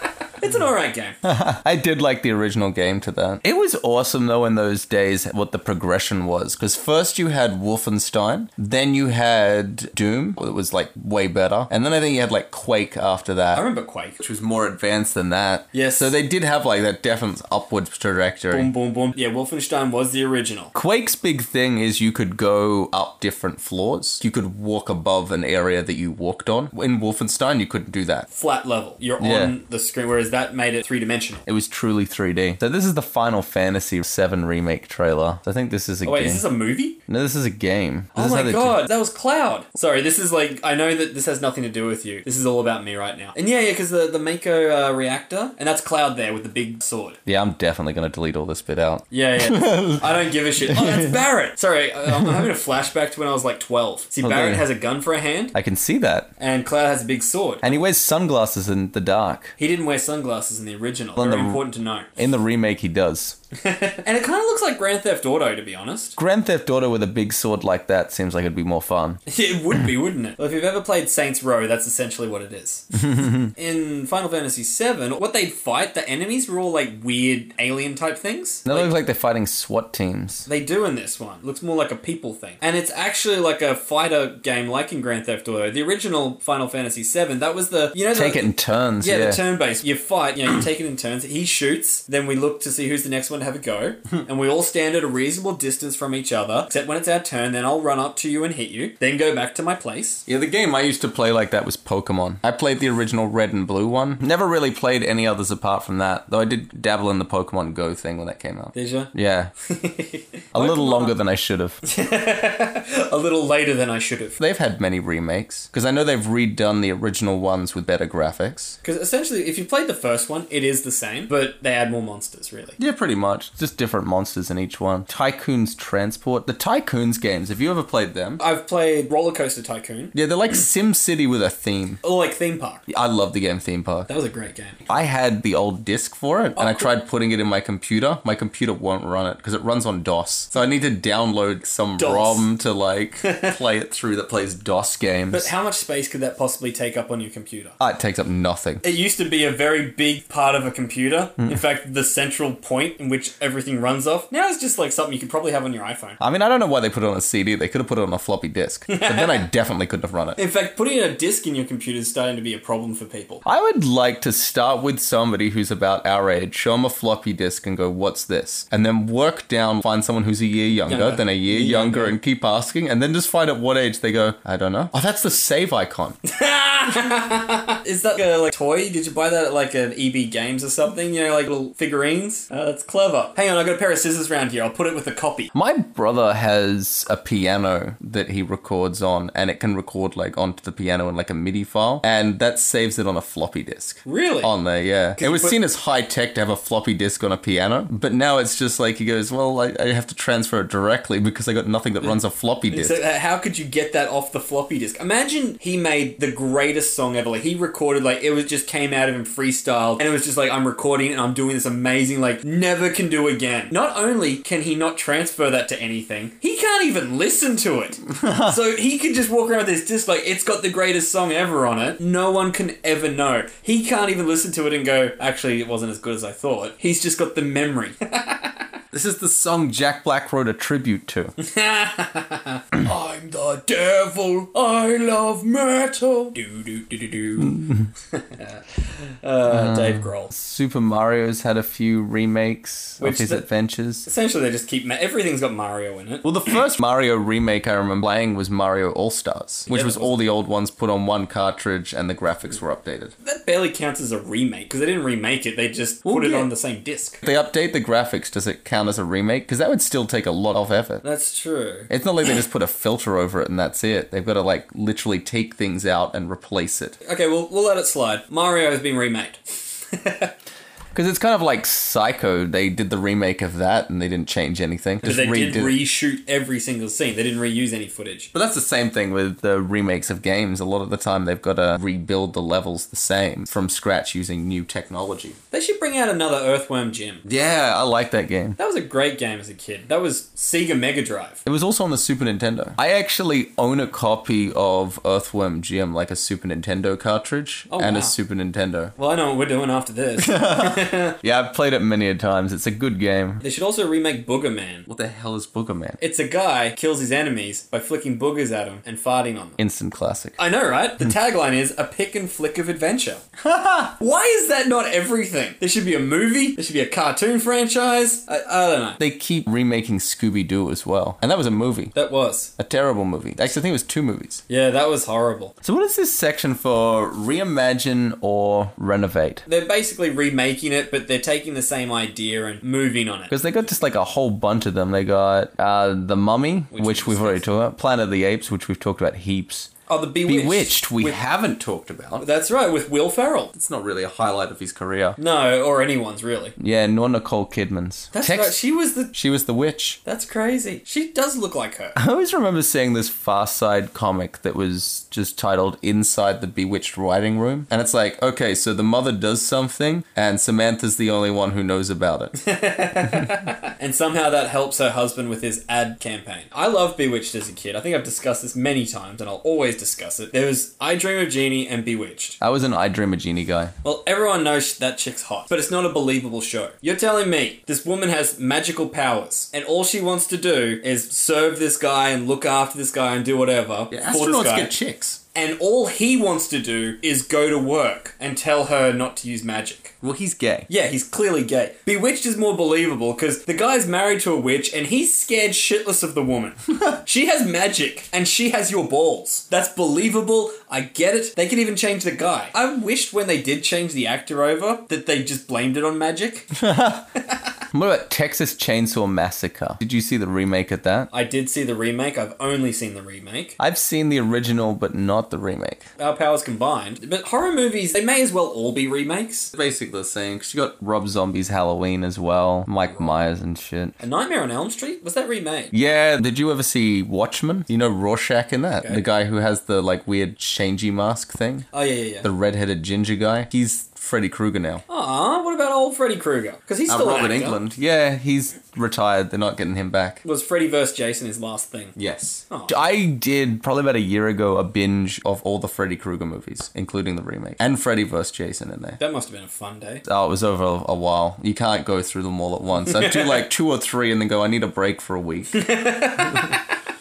It's an alright game.
I did like the original game to that. It was awesome though in those days what the progression was because first you had Wolfenstein, then you had Doom, it was like way better, and then I think you had like Quake after
I
that,
remember Quake.
which was more advanced than that.
Yes.
So they did have like that definite upwards trajectory.
Boom, boom, boom. Yeah, Wolfenstein was the original.
Quake's big thing is you could go up different floors. You could walk above an area that you walked on. In Wolfenstein, you couldn't do that.
Flat level. You're
Yeah.
on the screen, whereas that made it three dimensional.
It was truly 3D. So this is the Final Fantasy VII remake trailer. I think this is a
Oh, wait,
game.
is this a movie?
no, this is a game.
oh
This is how
my
they did-
god, that was Cloud. Sorry, this is like I know that this has nothing to do with you. This is all about me right now. And yeah, yeah, because the the Mako uh, reactor, and that's Cloud there with the big sword.
yeah, I'm definitely gonna delete all this bit out.
Yeah, yeah. I don't give a shit. Oh, that's Barrett. Sorry, I- I'm having a flashback to when I was like 12. See,
Oh,
Barrett
there.
has a gun for a hand,
I can see that.
and Cloud has a big sword.
And he wears sunglasses in the dark.
He didn't wear sunglasses in the original.
On
Very
the-
important to know.
In the remake, he does.
And it kind of looks like Grand Theft Auto, to be honest.
Grand Theft Auto with a big sword like that seems like it'd be more fun.
It would be, wouldn't it? Well, if you've ever played Saints Row, that's essentially what it is. in Final Fantasy VII, what they'd fight, the enemies were all like weird alien type things.
Now it
Like,
looks like they're fighting SWAT teams.
they do in this one. Looks more like a people thing. And it's actually like a fighter game like in Grand Theft Auto. The original Final Fantasy VII, that was the you know the-
Take it in turns.
Yeah, the turn based. You fight, you know, you take it in turns. He shoots, then we look to see who's the next one to have a go. and we all stand at a reasonable distance from each other, except when it's our turn, then I'll run up to you and hit you, then go back to my place.
Yeah, the game I used to play like that was Pokemon. I played the original red and blue one. Never really played any others apart from that, though I did dabble in the Pokemon Go thing when that came out.
Did ya?
Yeah. a little longer than I should have.
A little later than I should have.
They've had many remakes, because I know they've redone the original ones with better graphics.
Because essentially, if you played the first one, it is the same, but they add more monsters, really.
Yeah, pretty much. Just different monsters in each one. Tycoon's Transport. The Tycoon's games, have you ever played them?
I've played Roller Coaster Tycoon,
Yeah, they're like Sim City with a theme.
or like Theme Park.
I love the game Theme Park.
That was a great game.
I had the old disc for it, and I
cool.
tried putting it in my computer. My computer won't run it because it runs on DOS. So I need to download some
DOS.
ROM to like play it through that plays DOS games.
But how much space could that possibly take up on your computer?
Ah, it takes up nothing.
It used to be a very big part of a computer.
Hmm.
In fact, the central point in which everything runs off. Now it's just like something you could probably have on your iPhone.
I mean, I don't know why they put it on a CD. They could have put it on a floppy disk, but then I definitely couldn't have run it.
In fact, putting a disk in your computer is starting to be a problem for people.
I would like to start with somebody who's about our age, show them a floppy disk and go, what's this? And then work down, find someone who's a year younger,
Younger.
then a year
Year
younger,
younger.
and keep asking, and then just find at what age they go, I don't know. Oh, that's the save icon.
Is that a like toy? Did you buy that at like an EB Games or something? You know, like little figurines. Uh, that's clever. Hang on, I got a pair of scissors round here. I'll put it with a copy.
My brother has a piano that he records on, and it can record like onto the piano in like a MIDI file, and that saves it on a floppy disk.
Really?
On there, yeah. It
you
was
put-
seen as high tech to have a floppy disk on a piano, but now it's just like he goes, "Well, I, I have to transfer it directly because I got nothing that runs a floppy disk."
So uh, how could you get that off the floppy disk? Imagine he made the greatest song ever. Like he recorded like it was just came out of him freestyle, and it was just like I'm recording and I'm doing this amazing like never can do again. Not only can he not transfer that to anything, he can't even listen to it. so he could just walk around with this disc like it's got the greatest song ever on it. No one can ever know. He can't even listen to it and go, actually, it wasn't as good as I thought. He's just got the memory.
This is the song Jack Black wrote a tribute to.
I'm the devil. I love metal. Do do do do do. uh, Dave Grohl.
Super Mario's had a few remakes
Which
of his
the-
adventures.
Essentially, they just keep ma- everything's got Mario in it.
Well, the first Mario remake I remember playing was Mario All Stars, which
Yeah,
was
that
all the old ones put on one cartridge and the graphics were updated.
That barely counts as a remake because they didn't remake it. They just put it
yeah.
on the same disc.
If they update the graphics, does it count as a remake? Because that would still take a lot of effort.
That's true.
It's not like they just put a filter over it and that's it. They've got to like literally take things out and replace it.
Okay, well we'll let it slide. Mario has been remade.
Because it's kind of like Psycho. They did the remake of that and they didn't change anything.
But
Just
they did
redid it.
reshoot every single scene. They didn't reuse any footage.
But that's the same thing with the remakes of games. A lot of the time, they've got to rebuild the levels the same from scratch using new technology.
They should bring out another Earthworm Jim.
Yeah, I like that game.
That was a great game as a kid. That was Sega Mega Drive.
It was also on the Super Nintendo. I actually own a copy of Earthworm Jim, like a Super Nintendo cartridge
Oh,
and
wow.
a Super Nintendo.
Well, I know what we're doing after this.
Yeah, I've played it many a times. It's a good game.
they should also remake Booger Man.
What the hell is Boogerman?
It's a guy kills his enemies by flicking boogers at them and farting on them.
Instant classic.
I know, right?
Hmm.
The tagline is a pick and flick of adventure. Why is that not everything? There should be a movie. There should be a cartoon franchise. I, I don't know.
They keep remaking Scooby Doo as well. And that was a movie.
That was.
A terrible movie. Actually, I think it was two movies.
Yeah, that was horrible.
So, what is this section for reimagine or renovate?
They're basically remaking it, but they're taking the same idea and moving on it.
Because they got just like a whole bunch of them. They got uh, The Mummy, which,
we
we've already talked about, Planet of the Apes, which we've talked about heaps.
Oh, the Bewitched.
Bewitched, we
With-
haven't talked about.
That's right, with Will Ferrell.
That's not really a highlight of his career.
No, or anyone's really.
Yeah, nor Nicole Kidman's.
That's
Tex-
right. She was the.
she was the witch.
That's crazy. She does look like her.
I always remember seeing this Far Side comic that was just titled Inside the Bewitched Writing Room. And it's like, okay, so the mother does something, and Samantha's the only one who knows about it.
And somehow that helps her husband with his ad campaign. I love Bewitched as a kid. I think I've discussed this many times and I'll always discuss it. There was I Dream of Jeannie and Bewitched.
I was an I Dream a Genie guy.
Well, everyone knows that chick's hot, but it's not a believable show. You're telling me this woman has magical powers and all she wants to do is serve this guy and look after this guy and do whatever for this guy.
chicks.
and all he wants to do is go to work and tell her not to use magic.
Well, he's gay.
Yeah, he's clearly gay. Bewitched is more believable because the guy's married to a witch and he's scared shitless of the woman. she has magic and she has your balls. That's believable. I get it. They could even change the guy. I wished when they did change the actor over that they just blamed it on magic.
What about Texas Chainsaw Massacre? Did you see the remake of that?
I did see the remake. I've only seen the remake.
I've seen the original, but not the remake.
Our powers combined. But horror movies, they may as well all be remakes.
Basically the same, because you got Rob Zombie's Halloween as well, Mike Myers and shit.
A Nightmare on Elm Street? Was that remade?
Yeah, did you ever see Watchmen? You know Rorschach in that?
Okay.
The guy who has the like weird changey mask thing?
Oh, yeah, yeah,
The
yeah.
redheaded ginger guy? He's Freddy Krueger now.
Aw, what about old Freddy Krueger? Because he's
Uh,
still
Robin
an actor.
England. Yeah, he's retired. They're not getting him back.
Was Freddy vs. Jason his last thing?
Yes.
Oh.
I did probably about a year ago a binge of all the Freddy Krueger movies, including the remake. And Freddy vs. Jason in there.
That must have been a fun day.
Oh, it was over a a while. You can't go through them all at once. I do like two or three and then go, I need a break for a week.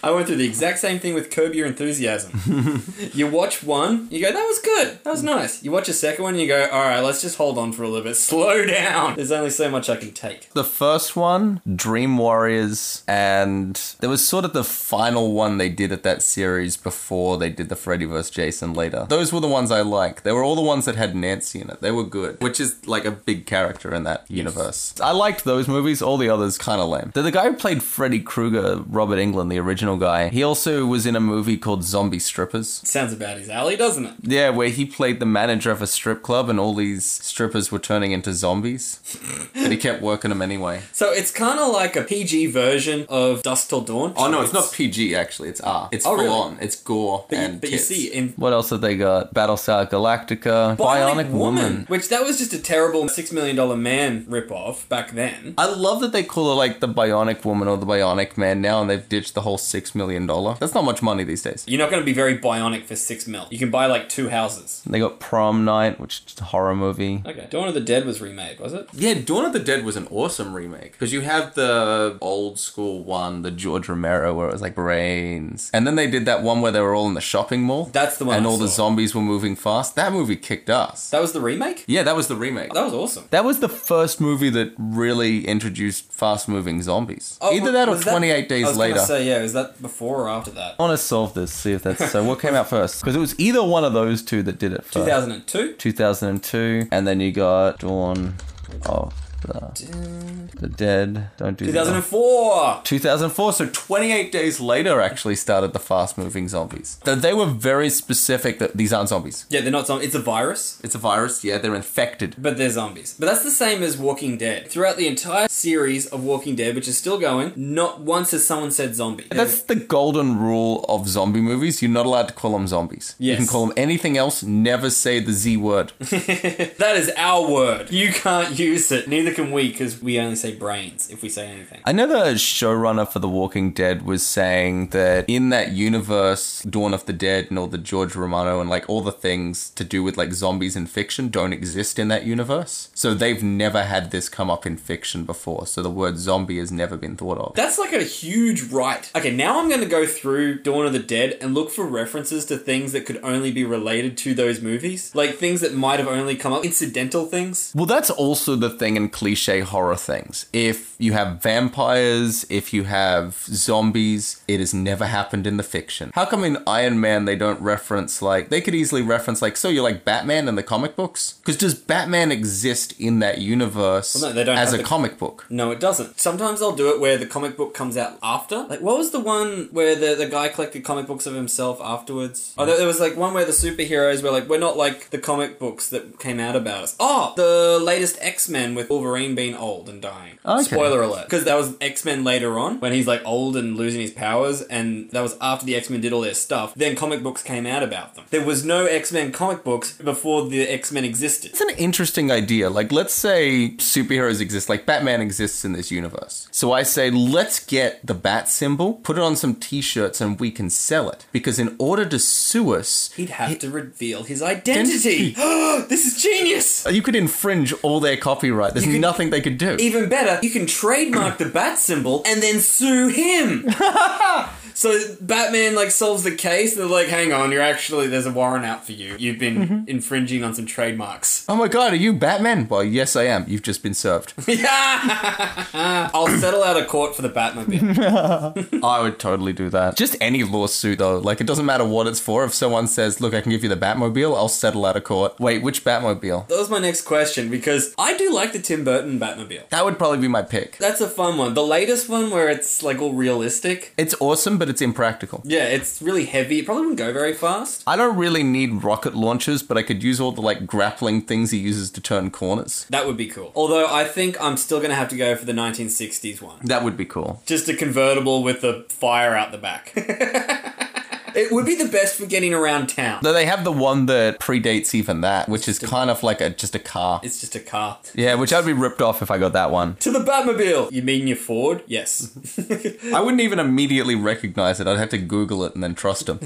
I went through the exact same thing with Curb Your Enthusiasm. you watch one, you go, that was good, that was nice. You watch a second one, you go, all right, let's just hold on for a little bit, slow down. There's only so much I can take.
The first one, Dream Warriors, and there was sort of the final one they did at that series before they did the Freddy vs. Jason later. Those were the ones I liked. They were all the ones that had Nancy in it. They were good, which is like a big character in that universe. I liked those movies, all the others kind of lame. The, the guy who played Freddy Krueger, Robert England, the original guy, he also was in a movie called Zombie Strippers.
Sounds about his alley, doesn't it?
Yeah, where he played the manager of a strip club and all these strippers were turning into zombies. but he kept working them anyway.
So it's kind of like a PG version of Dust Till Dawn.
Oh no, it's not PG actually, it's R. It's
Oh,
full
really?
on. It's gore
But, you,
and
but you
tits.
see, in
What else have they got? Battlestar Galactica, Bionic, Woman.
which that was just a terrible Six Million Dollar Man ripoff back then.
I love that they call her like the Bionic Woman or the Bionic Man now and they've ditched the whole 6 million dollar. That's not much money these days.
You're not going to be very bionic for six mil. You can buy like two houses.
They got Prom Night, which is a horror movie.
Okay. Dawn of the Dead was remade, was it?
Yeah, Dawn of the Dead was an awesome remake because you have the old school one, the George Romero, where it was like brains, and then they did that one where they were all in the shopping mall.
That's the one
and
I
all the
saw.
zombies were moving fast. That movie kicked ass.
That was the remake?
yeah, that was the remake.
That was awesome.
That was the first movie that really introduced fast moving zombies.
Oh,
Either that or
was
28
I
Days
was gonna
Later. Oh.
Say, yeah, is that before or after that?
I want to solve this, see if that's so. What came out first? Because it was either one of those two that did it first.
2002.
2002, and then you got Dawn of The Dead. Don't do that.
2004.
2004, so 28 days later, actually started the fast moving zombies. Though they were very specific that these aren't zombies.
Yeah, they're not zombies. It's a virus.
It's a virus, yeah, they're infected.
But they're zombies. But that's the same as Walking Dead. Throughout the entire series of Walking Dead, which is still going, not once has someone said zombie.
That's the golden rule of zombie movies. You're not allowed to call them zombies. You can
Yes.
call them anything else, never say the Z word.
that is our word. You can't use it. Neither can we because we only say brains if we say anything.
I know the showrunner for The Walking Dead was saying that in that universe, Dawn of the Dead and all the George Romano and like all the things to do with like zombies in fiction don't exist in that universe. So they've never had this come up in fiction before. So the word zombie has never been thought of.
That's like a huge right. Okay, now I'm going to go through Dawn of the Dead and look for references to things that could only be related to those movies. Like things that might have only come up, incidental things.
Well, that's also the thing in cliche horror things. If you have vampires, if you have zombies, it has never happened in the fiction. How come in Iron Man they don't reference like they could easily reference like so you like Batman in the comic books? Because does Batman exist in that universe
Well, no, they don't
as
have
a
the-
comic book?
No, it doesn't. Sometimes they'll do it where the comic book comes out after. Like, what was the one where the, the guy collected comic books of himself afterwards? Oh, there, there was like one where the superheroes were like, we're not like the comic books that came out about us. Oh, the latest X Men with Wolverine being old and dying.
Okay.
Spoiler alert. Because that was X Men later on when he's like old and losing his powers, and that was after the X Men did all their stuff. Then comic books came out about them. There was no X Men comic books before the X Men existed.
It's an interesting idea. Like, let's say superheroes exist, like Batman exists in this universe. So I say, let's get the bat symbol, put it on some t shirts, and we can sell it. Because in order to sue us,
He'd have to reveal his identity. this is genius!
You could infringe all their copyright. There's
You could-
nothing they could do.
Even better, you can trademark the bat symbol and then sue him. so Batman like solves the case. They're like, "Hang on, you're actually there's a warrant out for you. You've been infringing on some trademarks."
oh my god, are you Batman? Well, yes, I am. You've just been served.
I'll settle out of court for the Batmobile.
I would totally do that. Just any lawsuit, though. Like, it doesn't matter what it's for. If someone says, look, I can give you the Batmobile, I'll settle out of court. Wait, which Batmobile?
that was my next question because I do like the Tim Burton Batmobile.
That would probably be my pick.
That's a fun one. The latest one where it's like all realistic.
It's awesome, but it's impractical.
Yeah, it's really heavy. It probably wouldn't go very fast.
I don't really need rocket launchers, but I could use all the like grappling things he uses to turn corners.
That would be cool. Although I think I'm still going to have to go for the 1960s one.
That would be cool.
Just a convertible with the fire out the back. it would be the best for getting around town.
Though they have the one that predates even that, which is kind of like a just a car.
It's just a car.
Yeah, which I'd be ripped off if I got that one.
To the Batmobile! You mean your Ford? Yes.
I wouldn't even immediately recognize it. I'd have to Google it and then trust him.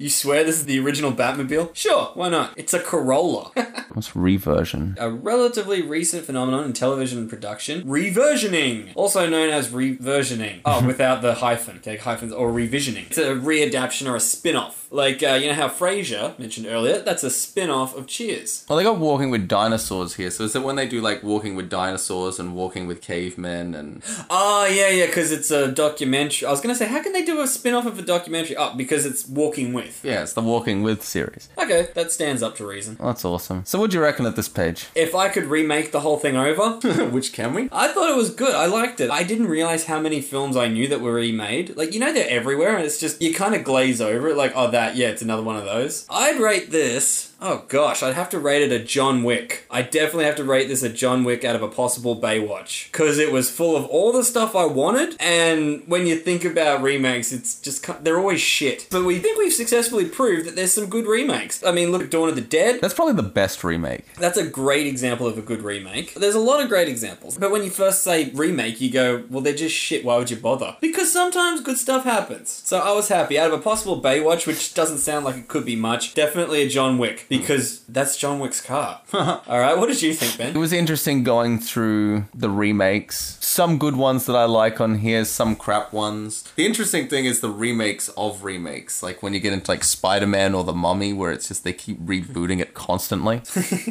you swear this is the original Batmobile? Sure, why not? It's a Corolla.
What's reversion?
a relatively recent phenomenon in television production, reversioning, also known as reversioning. Oh, without the hyphen, okay, hyphens or revisioning. It's a readaptation or a spin-off. Like uh, you know how Frasier mentioned earlier, that's a spin-off of Cheers.
Well, they got Walking with Dinosaurs here. So is it when they do like Walking with Dinosaurs and Walking with Cavemen and
Oh, yeah, yeah, because it's a documentary. I was going to say, how can they do a spin off of a documentary? Oh, because it's Walking With.
yeah, it's the Walking with series.
Okay, that stands up to reason.
That's awesome. So what do you reckon at this page?
If I could remake the whole thing over,
Which can we?
I thought it was good. I liked it. I didn't realize how many films I knew that were remade. Like, you know, they're everywhere, and it's just, you kind of glaze over it, like, oh, that, yeah, it's another one of those. I'd rate this, oh gosh, I'd have to rate it a John Wick. I definitely have to rate this a John Wick out of a possible Baywatch. Because it was full of all the stuff I wanted, and when you think about remakes, it's just, ki- they're always shit. But we think we've successfully proved that there's some good remakes. I mean, look at Dawn of the Dead.
That's probably the best remake.
That's a great example of a good remake. There's a lot of great examples. But when you first say remake, you go, well, they're just shit. Why would you bother? Because sometimes good stuff happens. So I was happy. Out of a possible Baywatch, which doesn't sound like it could be much, definitely a John Wick. Because that's John Wick's car. All right, what did you think,
It
Ben?
was interesting going through the remakes. Some good ones that I like on here, some crap ones. The interesting thing is the remakes of remakes. Like when you get into like Spider Man or The Mummy, where it's just they keep rebooting it constantly.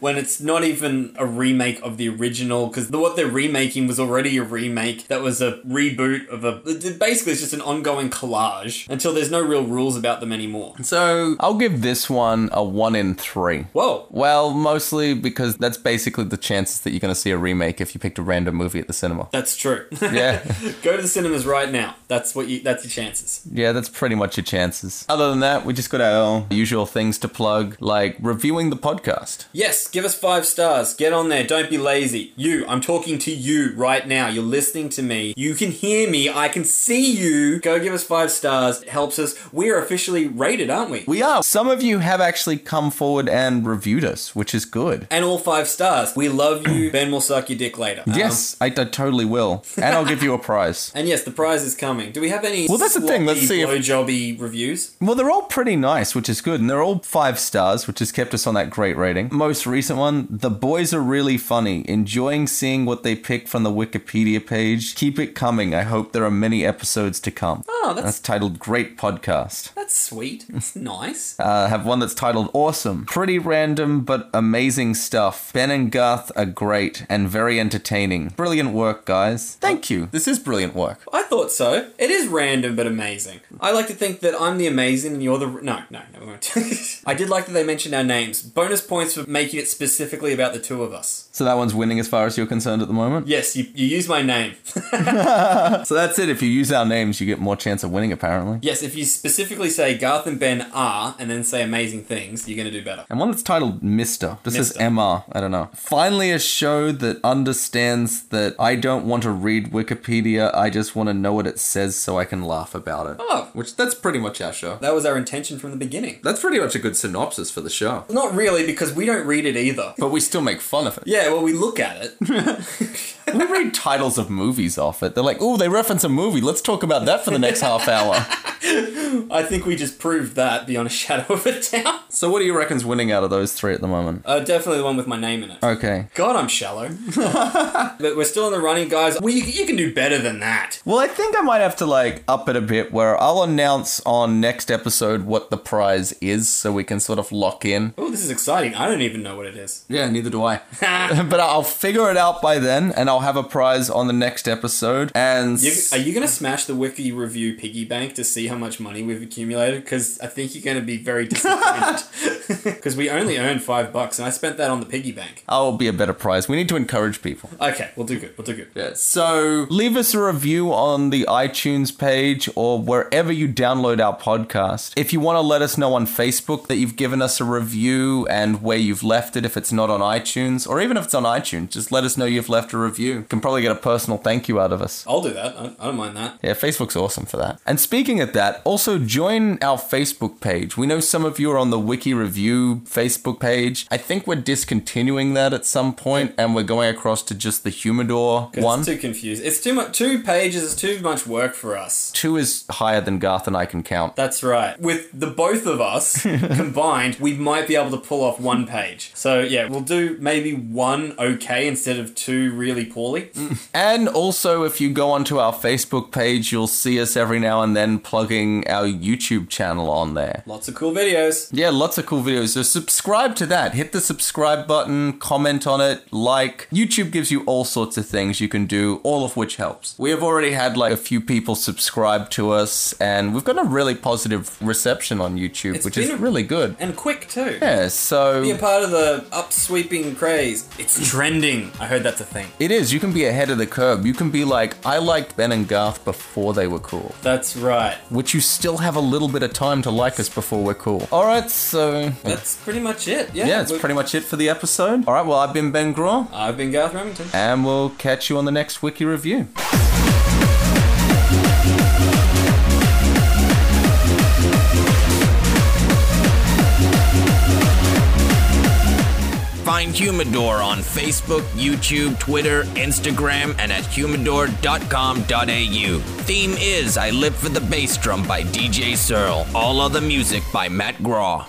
When it's not even a remake of the original, because the, what they're remaking was already a remake that was a reboot of a. it- Basically, it's just an ongoing collage until there's no real rules about them anymore.
so I'll give this one a one in three.
Whoa.
Well, mostly because that's basically the chances that you're going to see a remake if you picked a random movie at the cinema.
That's true.
Yeah.
Go to the cinemas right now. That's what you. That's your chances.
Yeah, that's pretty much your chances. Other than that, we just got our usual things to plug, like reviewing the podcast.
Yes, give us five stars. Get on there. Don't be lazy. You, I'm talking to you right now. You're listening to me. You can hear me. I can see you. Go give us five stars. It helps us. We are officially rated, aren't we?
We are. Some of you have actually come forward and reviewed us, which is good.
and all five stars. We love you. ben will suck your dick later. Um,
Mm. yes, I, I totally will. And I'll give you a prize.
and yes, the prize is coming. Do we have any?
Well, that's the thing. Let's see if-
Blowjobby reviews.
Well, they're all pretty nice, which is good, and they're all five stars, which has kept us on that great rating. Most recent one, the boys are really funny. Enjoying seeing what they pick from the Wikipedia page. Keep it coming. I hope there are many episodes to come.
Oh, that's-
that's titled Great Podcast.
That's sweet. It's nice.
Uh, have one that's titled Awesome. Pretty random, but amazing stuff. Ben and Garth are great and very entertaining. Brilliant work, guys. Thank you. This is brilliant work.
I thought so. It is random but amazing. I like to think that I'm the amazing and you're the no, no, no. we won't. I did like that they mentioned our names. Bonus points for making it specifically about the two of us.
So that one's winning as far as you're concerned at the moment.
Yes, you, you use my name.
So that's it. If you use our names, you get more chance of winning, apparently.
yes, if you specifically say Garth and Ben are and then say amazing things, you're gonna do better.
And one that's titled Mister. This is
Mister.
MR. I don't know. Finally, a show that understands that I don't want to read Wikipedia. I just want to know what it says so I can laugh about it.
Oh.
Which that's pretty much our show.
That was our intention from the beginning.
That's pretty much a good synopsis for the show.
Not really, because we don't read it either.
But we still make fun of it.
Yeah, well, we look at it.
We read titles of movies off it. They're like, oh, they reference a movie. Let's talk about that for the next half hour.
I think we just proved that beyond a shadow of a doubt.
So, what do you reckon's winning out of those three at the moment?
Uh, definitely the one with my name in it.
Okay.
God, I'm shallow. but we're still in the running, guys. We, you can do better than that.
Well, I think I might have to like up it a bit where I'll announce on next episode what the prize is so we can sort of lock in.
Oh, this is exciting. I don't even know what it is.
Yeah, neither do I. but I'll figure it out by then and I'll have a prize on the next episode. And
You, are you going to smash the wiki review piggy bank to see how much money we've accumulated? Because I think you're going to be very disappointed. Because we only earned five bucks, and I spent that on the piggy bank.
I'll be a better prize. We need to encourage people.
Okay, we'll do good. We'll do good.
So leave us a review on the iTunes page or wherever you download our podcast. If you want to let us know on Facebook that you've given us a review and where you've left it, if it's not on iTunes or even if it's on iTunes, just let us know you've left a review. You can probably get a personal thank you out of us.
I'll do that. I, I don't mind that.
Yeah, Facebook's awesome for that. And speaking of that, also join our Facebook page. We know some of you are on the Wiki Review Facebook page. I think we're discontinuing that at some point and we're going across to just the Humidor
'Cause
one.
It's too confusing. It's too much. Two pages is too much work for us.
Two is higher than Garth and I can count.
That's right. With the both of us combined, we might be able to pull off one page. So yeah, we'll do maybe one okay instead of two really poorly.
Mm. And also, if you go onto our Facebook page, you'll see us every now and then plugging our YouTube channel on there.
Lots of cool videos.
Yeah, lots of cool videos. So subscribe to that. Hit the subscribe button, comment on it, like. YouTube gives you all sorts of things you can do, all of which helps. We have already had like a few people subscribe to us, and we've gotten a really positive reception on YouTube,
It's
which is
been a-
really good.
And quick too.
Yeah, so
Be a part of the upsweeping craze. It's trending. I heard that's a thing.
It is. You can be ahead of the curve. You can be like, I liked Ben and Garth before they were cool,
That's right.
which you still have a little bit of time to like us before we're cool. All right, so
That's pretty much it. Yeah.
yeah, that's
we-
pretty much it for the episode. All right, well, I've been Ben Graw,
I've been Garth Remington.
and we'll catch you on the next wiki review.
Find Humidor on Facebook, YouTube, Twitter, Instagram, and at humidor.com.au. Theme is I Live for the Bass Drum by DJ Searle. All other music by Matt Graw.